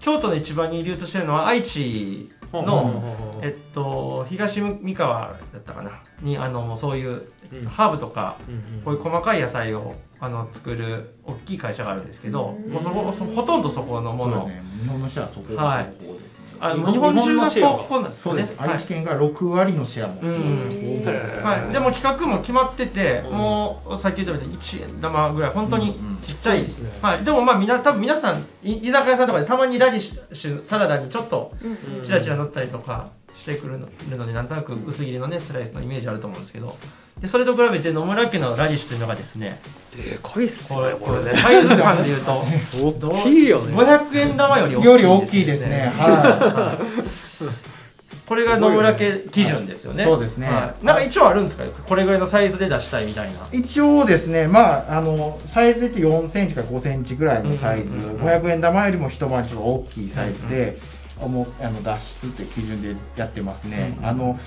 [SPEAKER 4] 京都の市場に流通してるのは愛知の、えっと、東三河だったかなにあのそういう
[SPEAKER 2] うん
[SPEAKER 4] ハーブとか
[SPEAKER 2] うん
[SPEAKER 4] こういう細かい野菜をあの作る大きい会社があるんですけど、
[SPEAKER 1] うん
[SPEAKER 4] もうそこそほとんどそこのも
[SPEAKER 3] そうで
[SPEAKER 4] の
[SPEAKER 3] すね日本のシェアはそこ
[SPEAKER 4] はい
[SPEAKER 3] ここですね
[SPEAKER 4] あ
[SPEAKER 2] 日本
[SPEAKER 4] 日本中が
[SPEAKER 2] 日本のシェア
[SPEAKER 4] そ
[SPEAKER 2] が
[SPEAKER 4] うこうなんです
[SPEAKER 3] そ
[SPEAKER 4] よ
[SPEAKER 3] う
[SPEAKER 4] ね
[SPEAKER 3] です、
[SPEAKER 4] はい
[SPEAKER 3] 愛知県が6割のシェア持ってますね、
[SPEAKER 1] うん
[SPEAKER 4] はい、でも企画も決まってて、
[SPEAKER 2] うん
[SPEAKER 4] もうさっき言ったみたいに1円玉ぐらい本当に
[SPEAKER 3] うんうん
[SPEAKER 4] ちっちゃい、
[SPEAKER 2] そうですね
[SPEAKER 4] はい、でもまあみな多分皆さんい居酒屋さんとかでたまにラディッシュサラダにちょっと
[SPEAKER 1] うん
[SPEAKER 2] うん
[SPEAKER 4] チラチラ乗ったりとかしてくるのいるのでなんとなく薄切りのねスライスのイメージあると思うんですけどでそれと比べて野村家のラディッシュというのがですね
[SPEAKER 2] でかいっす
[SPEAKER 4] こ
[SPEAKER 2] よ
[SPEAKER 4] れ
[SPEAKER 2] ねこ
[SPEAKER 4] こ
[SPEAKER 2] れ
[SPEAKER 4] れ
[SPEAKER 2] ね
[SPEAKER 4] サイズ感で言うと
[SPEAKER 2] 大きいよね
[SPEAKER 4] 500円玉より
[SPEAKER 3] より大きいですねは
[SPEAKER 4] はいこれが野村家基準ですよね。
[SPEAKER 3] はいそうですね
[SPEAKER 4] はいなんか一応あるんですかこれぐらいのサイズで出したいみたいな。
[SPEAKER 3] い一応ですねまああのサイズで4センチから5センチぐらいのサイズ、
[SPEAKER 4] うんうんうんうん
[SPEAKER 3] 500円玉よりも一晩ちょっと大きいサイズで、もうあの脱出っていう基準でやってますね、あの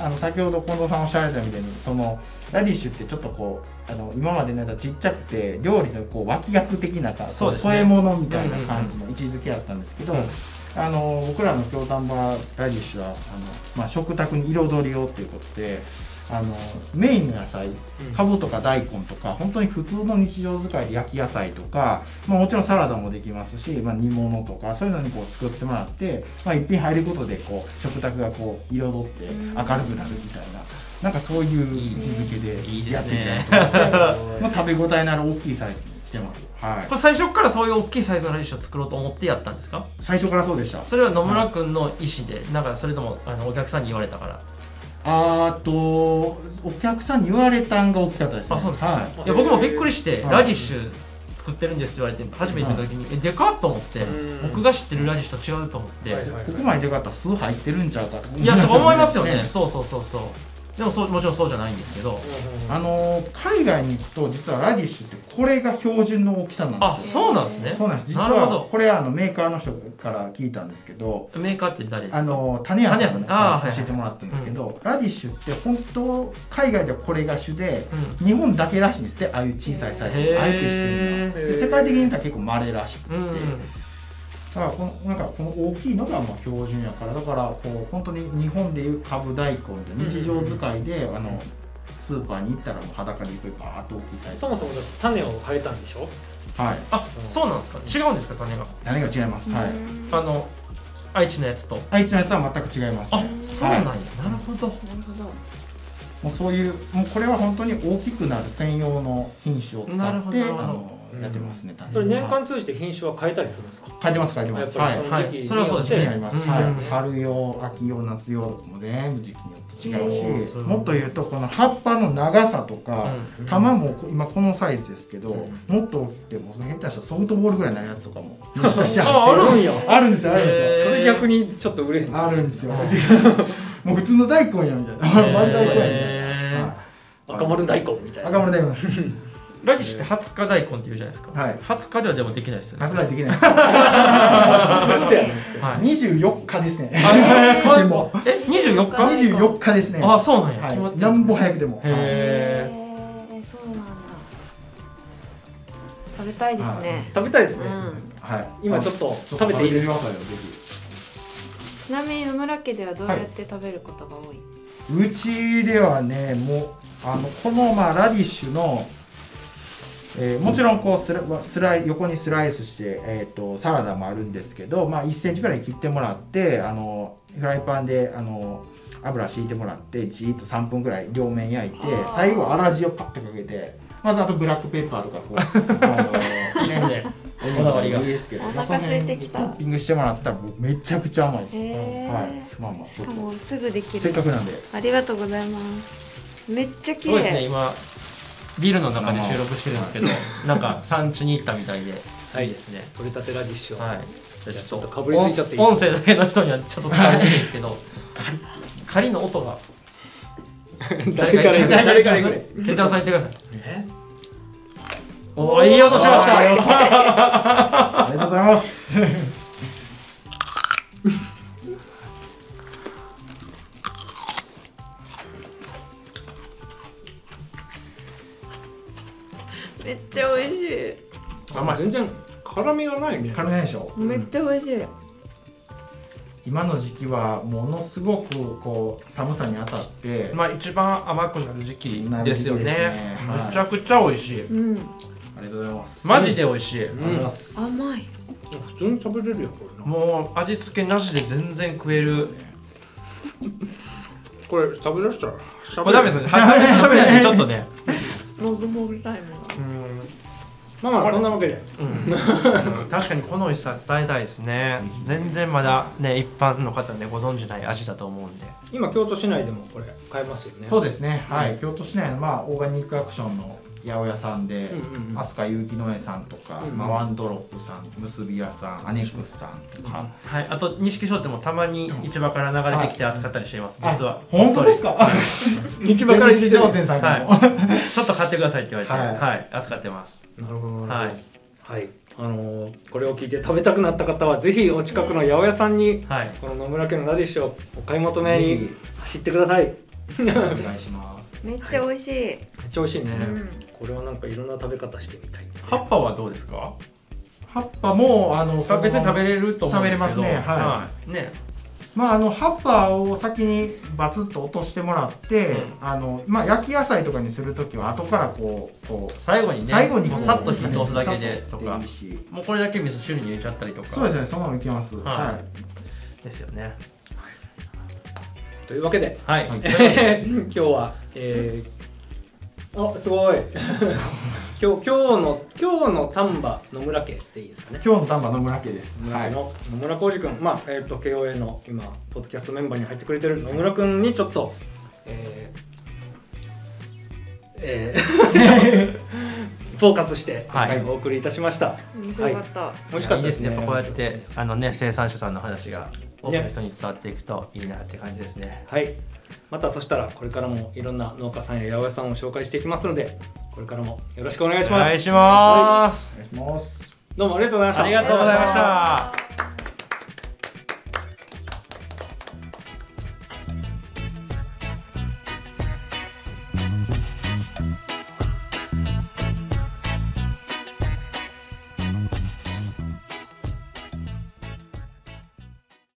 [SPEAKER 3] あの先ほど近藤さんおっしゃられたみたいにそのラディッシュってちょっとこうあの今までのやつはちっちゃくて料理のこう脇役的なか
[SPEAKER 4] そうですね
[SPEAKER 3] 添え物みたいな感じの位置づけだったんですけど、
[SPEAKER 4] うん
[SPEAKER 3] あの僕らの京丹波ラディッシュはあの、まあ、食卓に彩りをということであのメインの野菜かぶとか大根とか本当に普通の日常使いで焼き野菜とか、まあ、もちろんサラダもできますし、まあ、煮物とかそういうのにこう作ってもらって、まあ、一品入ることでこう食卓がこう彩って明るくなるみたいななんかそういう位置づけ
[SPEAKER 4] いい
[SPEAKER 3] で
[SPEAKER 4] で
[SPEAKER 3] やっ
[SPEAKER 4] す
[SPEAKER 3] ていきたい
[SPEAKER 4] ね
[SPEAKER 3] なと思って、 まあ、食べ応えのある大きいサイズにしてます。はい
[SPEAKER 4] これ最初からそういう大きいサイズのラディッシュを作ろうと思ってやったんですか
[SPEAKER 3] 最初からそうでした
[SPEAKER 4] それは野村君の意思でなんかそれともあのお客さんに言われたから
[SPEAKER 3] あーとお客さんに言われたんが大きかったですね
[SPEAKER 4] あそうです
[SPEAKER 3] はい
[SPEAKER 2] あ
[SPEAKER 4] いや僕もびっくりして
[SPEAKER 3] はい
[SPEAKER 4] ラディッシュ作ってるんですって言われて初めて見た時にえでかっと思って
[SPEAKER 2] うん
[SPEAKER 4] 僕が知ってるラディッシュと違うと思って
[SPEAKER 2] はいはい
[SPEAKER 3] ここまででよかったら酢入ってるんちゃうかと
[SPEAKER 4] いやと思いますよねそうそうそうそうでもそうもちろんそうじゃないんですけど
[SPEAKER 3] あのー海外に行くと実はラディッシュってこれが標準の大きさなんですよ
[SPEAKER 4] あそうなんですね
[SPEAKER 3] そうなんです実
[SPEAKER 4] なるほ
[SPEAKER 3] は
[SPEAKER 4] ど
[SPEAKER 3] これあのメーカーの人から聞いたんですけど
[SPEAKER 4] メーカーって誰ですか
[SPEAKER 3] あのー種屋さんに
[SPEAKER 4] 種屋さんあーはい
[SPEAKER 3] 教えてもらったんですけど、ラディッシュって本当海外ではこれが主で
[SPEAKER 4] うん
[SPEAKER 3] 日本だけらしいんですってああいう小さいサイズ
[SPEAKER 4] へ
[SPEAKER 3] あえてしてるのは
[SPEAKER 4] え
[SPEAKER 3] で世界的に見たら結構稀らしくて、
[SPEAKER 4] うん
[SPEAKER 3] だからこのなんかこの大きいのがまあ標準やからだからこう本当に日本でいう株大根って日常使いで、あのスーパーに行ったらもう裸でいくバーっと大きいサイズ
[SPEAKER 2] そもそもだって種を変えたんでしょ
[SPEAKER 3] はい
[SPEAKER 4] あそうなんですか違うんですか種が
[SPEAKER 3] 種が違います、はい
[SPEAKER 4] あの愛知のやつと
[SPEAKER 3] 愛知のやつは全く違います
[SPEAKER 4] あ
[SPEAKER 3] ね
[SPEAKER 4] そうなんやなるほど
[SPEAKER 1] なるほど
[SPEAKER 3] もうそういうもうこれは本当に大きくなる専用の品種を使
[SPEAKER 4] なる
[SPEAKER 3] っ
[SPEAKER 4] ほどな
[SPEAKER 3] てあ
[SPEAKER 4] るほど
[SPEAKER 3] のやってますね、単
[SPEAKER 2] それ
[SPEAKER 3] 純に
[SPEAKER 2] 年間通じて品種は変えたりするんですか
[SPEAKER 3] 書いてます書いてます
[SPEAKER 2] やっ
[SPEAKER 3] は
[SPEAKER 2] ぱ
[SPEAKER 3] い
[SPEAKER 2] りそ
[SPEAKER 4] は
[SPEAKER 2] の
[SPEAKER 4] い
[SPEAKER 2] 時期によって
[SPEAKER 4] それはそうです
[SPEAKER 3] に
[SPEAKER 4] ね
[SPEAKER 3] なります、
[SPEAKER 4] うん
[SPEAKER 3] はい
[SPEAKER 4] うん
[SPEAKER 3] 春用秋用夏用とかも全部時期によって違
[SPEAKER 4] おー
[SPEAKER 3] うし
[SPEAKER 4] すごい
[SPEAKER 3] もっと言うとこの葉っぱの長さとか、
[SPEAKER 4] うん
[SPEAKER 3] 玉も今このサイズですけど、
[SPEAKER 2] うん
[SPEAKER 3] もっと大きくても下手したらソフトボールぐらいになるやつとか も
[SPEAKER 2] ああるんや
[SPEAKER 3] あるんですよあるんですよ
[SPEAKER 4] へー
[SPEAKER 2] それ逆にちょっと売れへん
[SPEAKER 3] あるんですよ
[SPEAKER 4] う ん
[SPEAKER 3] もう普通の大根やみたいな丸大根やみたい
[SPEAKER 4] へー
[SPEAKER 3] な、は
[SPEAKER 2] 赤丸大根みた
[SPEAKER 3] い、
[SPEAKER 2] いな
[SPEAKER 3] 赤丸大根
[SPEAKER 4] ラディッシュって20日大根って言うじゃないですか、
[SPEAKER 3] はい
[SPEAKER 4] 20日ではでもできないですよね
[SPEAKER 3] 夏場できない ですよ
[SPEAKER 2] そうやね
[SPEAKER 4] はい
[SPEAKER 3] 24日 ですね
[SPEAKER 4] あ
[SPEAKER 3] 早くても
[SPEAKER 4] え24日
[SPEAKER 3] 24日ですね
[SPEAKER 4] あそうなんや、
[SPEAKER 3] はい
[SPEAKER 4] 決まって
[SPEAKER 3] な
[SPEAKER 4] る
[SPEAKER 3] ん
[SPEAKER 4] ん
[SPEAKER 3] ぼ
[SPEAKER 4] ですね
[SPEAKER 3] 早くでも
[SPEAKER 4] へー
[SPEAKER 3] はい
[SPEAKER 1] へえそうなんだ食べたいですね、
[SPEAKER 2] 食べたいですね、
[SPEAKER 1] うん、
[SPEAKER 3] はい
[SPEAKER 2] 今ちょっと食べていいですか
[SPEAKER 3] 食べてみますよ
[SPEAKER 1] ちな
[SPEAKER 3] ぜひ
[SPEAKER 1] みに野村家ではどうやって食べることが多い、
[SPEAKER 3] うちではねもうあのこのまあラディッシュの、えーもちろんこうスラスライ横にスライスして、えー、とサラダもあるんですけど、まあ、1センチぐらい切ってもらってあのフライパンであの油敷いてもらってじーっと3分ぐらい両面焼いて
[SPEAKER 1] あー
[SPEAKER 3] 最後粗塩パッとかけてまずあとブラックペッパーとかこうあの
[SPEAKER 4] いいっす ね
[SPEAKER 3] お
[SPEAKER 4] こだわりが
[SPEAKER 3] いいですけど
[SPEAKER 1] お
[SPEAKER 3] まあそ
[SPEAKER 1] 腹
[SPEAKER 3] の
[SPEAKER 1] 空い
[SPEAKER 3] 辺
[SPEAKER 1] てき
[SPEAKER 3] にト
[SPEAKER 1] た
[SPEAKER 3] ッピングしてもらったらもうめちゃくちゃ甘いです、
[SPEAKER 1] へえ
[SPEAKER 3] はいまあまあ
[SPEAKER 1] し
[SPEAKER 3] ちょっ
[SPEAKER 1] か
[SPEAKER 3] と
[SPEAKER 1] もすぐでき
[SPEAKER 3] せっ
[SPEAKER 1] る
[SPEAKER 3] かくなんで
[SPEAKER 1] ありがとうございますめっちゃ
[SPEAKER 4] す
[SPEAKER 1] 綺
[SPEAKER 4] ごいですね
[SPEAKER 1] 麗
[SPEAKER 4] 今ビルの中で収録してるんですけどなんか産地に行ったみたいで、、
[SPEAKER 2] はいい
[SPEAKER 4] いですね
[SPEAKER 2] 取れたてラディッシュを、
[SPEAKER 4] はい
[SPEAKER 2] じゃあちょっとかぶりついちゃっていいで
[SPEAKER 4] 音音
[SPEAKER 2] すか
[SPEAKER 4] 声だけの人にはちょっと伝わりにくいですけどカリの音が
[SPEAKER 2] 誰からいく誰からいく
[SPEAKER 4] ケンタロウさん言ってくださいおおいい音しまし
[SPEAKER 3] あーいい
[SPEAKER 4] た
[SPEAKER 3] 音ありがとうございます。
[SPEAKER 1] めっちゃ美味しい
[SPEAKER 2] あ全然辛みがないね
[SPEAKER 3] 辛ないでしょ
[SPEAKER 1] めっちゃ美味しい
[SPEAKER 3] 今の時期はものすごくこう寒さに当たって、
[SPEAKER 4] まあ一番甘くなる時期ですよ
[SPEAKER 3] なる時期
[SPEAKER 4] ね
[SPEAKER 3] ですねはい
[SPEAKER 4] めちゃくちゃ美味しい
[SPEAKER 1] うん
[SPEAKER 3] ありがとうございます。
[SPEAKER 4] マジで美味しい、
[SPEAKER 3] ありがとうございます。
[SPEAKER 1] 甘い
[SPEAKER 2] 普通に食べれるよこれな
[SPEAKER 4] もう味付けなしで全然食える
[SPEAKER 2] これ食べだしたら
[SPEAKER 4] これダメですよね食べないでちょっとね
[SPEAKER 1] もぐもぐタイムが
[SPEAKER 4] うん
[SPEAKER 2] まあまあこんなわけで
[SPEAKER 4] うん、確かにこの美味しさ伝えたいですね全然まだね一般の方ねご存じない味だと思うんで
[SPEAKER 2] 今京都市内でもこれ買えますよね
[SPEAKER 3] そう
[SPEAKER 2] う
[SPEAKER 3] ですね。はい、京都市内のまあオーガニックアクションの八百屋さんで、
[SPEAKER 2] うんうんうん
[SPEAKER 3] 飛鳥有機農園さんとか、
[SPEAKER 2] うんうん
[SPEAKER 3] まあワンドロップさん、結び屋さん、アネックスさんとか。
[SPEAKER 4] はい、あと錦商店もたまに市場から流れてきて扱ったりしています、実
[SPEAKER 3] あ
[SPEAKER 4] は
[SPEAKER 3] 本当です
[SPEAKER 4] か
[SPEAKER 3] か？
[SPEAKER 2] 市
[SPEAKER 3] 一
[SPEAKER 2] 場から
[SPEAKER 3] 西 商店さんからも。
[SPEAKER 4] ちょっと買ってくださいって言われて
[SPEAKER 3] は
[SPEAKER 4] はいい、扱ってます
[SPEAKER 2] なるほど
[SPEAKER 4] は
[SPEAKER 2] なる
[SPEAKER 4] い
[SPEAKER 2] ほどはいあのーこれを聞いて食べたくなった方はぜひお近くの八百屋さんに
[SPEAKER 4] はい
[SPEAKER 2] この野村家のラディッシュをお買い求め
[SPEAKER 3] ぜ
[SPEAKER 2] に
[SPEAKER 3] ひ
[SPEAKER 2] 走ってください
[SPEAKER 3] お願いします。
[SPEAKER 1] めっちゃ美味しい、
[SPEAKER 2] めっちゃ美味しいね、
[SPEAKER 1] うん
[SPEAKER 2] これはなんかいろんな食べ方してみたい
[SPEAKER 4] 葉っぱはどうですか
[SPEAKER 3] 葉っぱもあのその
[SPEAKER 4] 別に食べれると思うんですけど
[SPEAKER 3] 食べれますねはい
[SPEAKER 4] いね
[SPEAKER 3] まあ、あの葉っぱを先にバツッと落としてもらって、あのまあ、焼き野菜とかにする時は後からこうこう
[SPEAKER 4] 最後にね
[SPEAKER 3] 最後にこう
[SPEAKER 4] さっと火通すだけでと
[SPEAKER 3] さっ
[SPEAKER 4] か
[SPEAKER 3] いいし
[SPEAKER 4] もうこれだけ味噌汁に入れちゃったりと
[SPEAKER 3] そう
[SPEAKER 4] か
[SPEAKER 3] ですねそのままいきます、
[SPEAKER 4] はい
[SPEAKER 3] は
[SPEAKER 4] ですよね
[SPEAKER 2] というわけで
[SPEAKER 4] はい、
[SPEAKER 3] はい
[SPEAKER 2] 今日はえー、あすごい 今日今日の今日の丹波野村家でいいですかね
[SPEAKER 3] い、今日の丹波野村家です、
[SPEAKER 2] 野
[SPEAKER 3] は
[SPEAKER 2] 村家
[SPEAKER 3] い、
[SPEAKER 2] の野村浩二君、まあえー、と KOA の今ポッドキャストメンバーに入ってくれてる野村君にちょっとえーえー フォーカスして、
[SPEAKER 4] はい
[SPEAKER 2] お送りいたしました。
[SPEAKER 1] 面白かった、
[SPEAKER 2] 美味しかった
[SPEAKER 4] いい
[SPEAKER 2] で
[SPEAKER 4] ですす
[SPEAKER 2] ね。
[SPEAKER 4] ね、やっぱこうやってあの、ね、生産者さんの話が多くの人に伝わっていくといいなって感じですね。
[SPEAKER 2] はい。またそしたらこれからもいろんな農家さんや八百屋さんを紹介していきますので、これからもよろしくお願いし
[SPEAKER 4] お
[SPEAKER 2] ます。
[SPEAKER 4] 願いします。
[SPEAKER 3] お願いします
[SPEAKER 2] どうもありがとうございました。
[SPEAKER 4] ありがとうございました。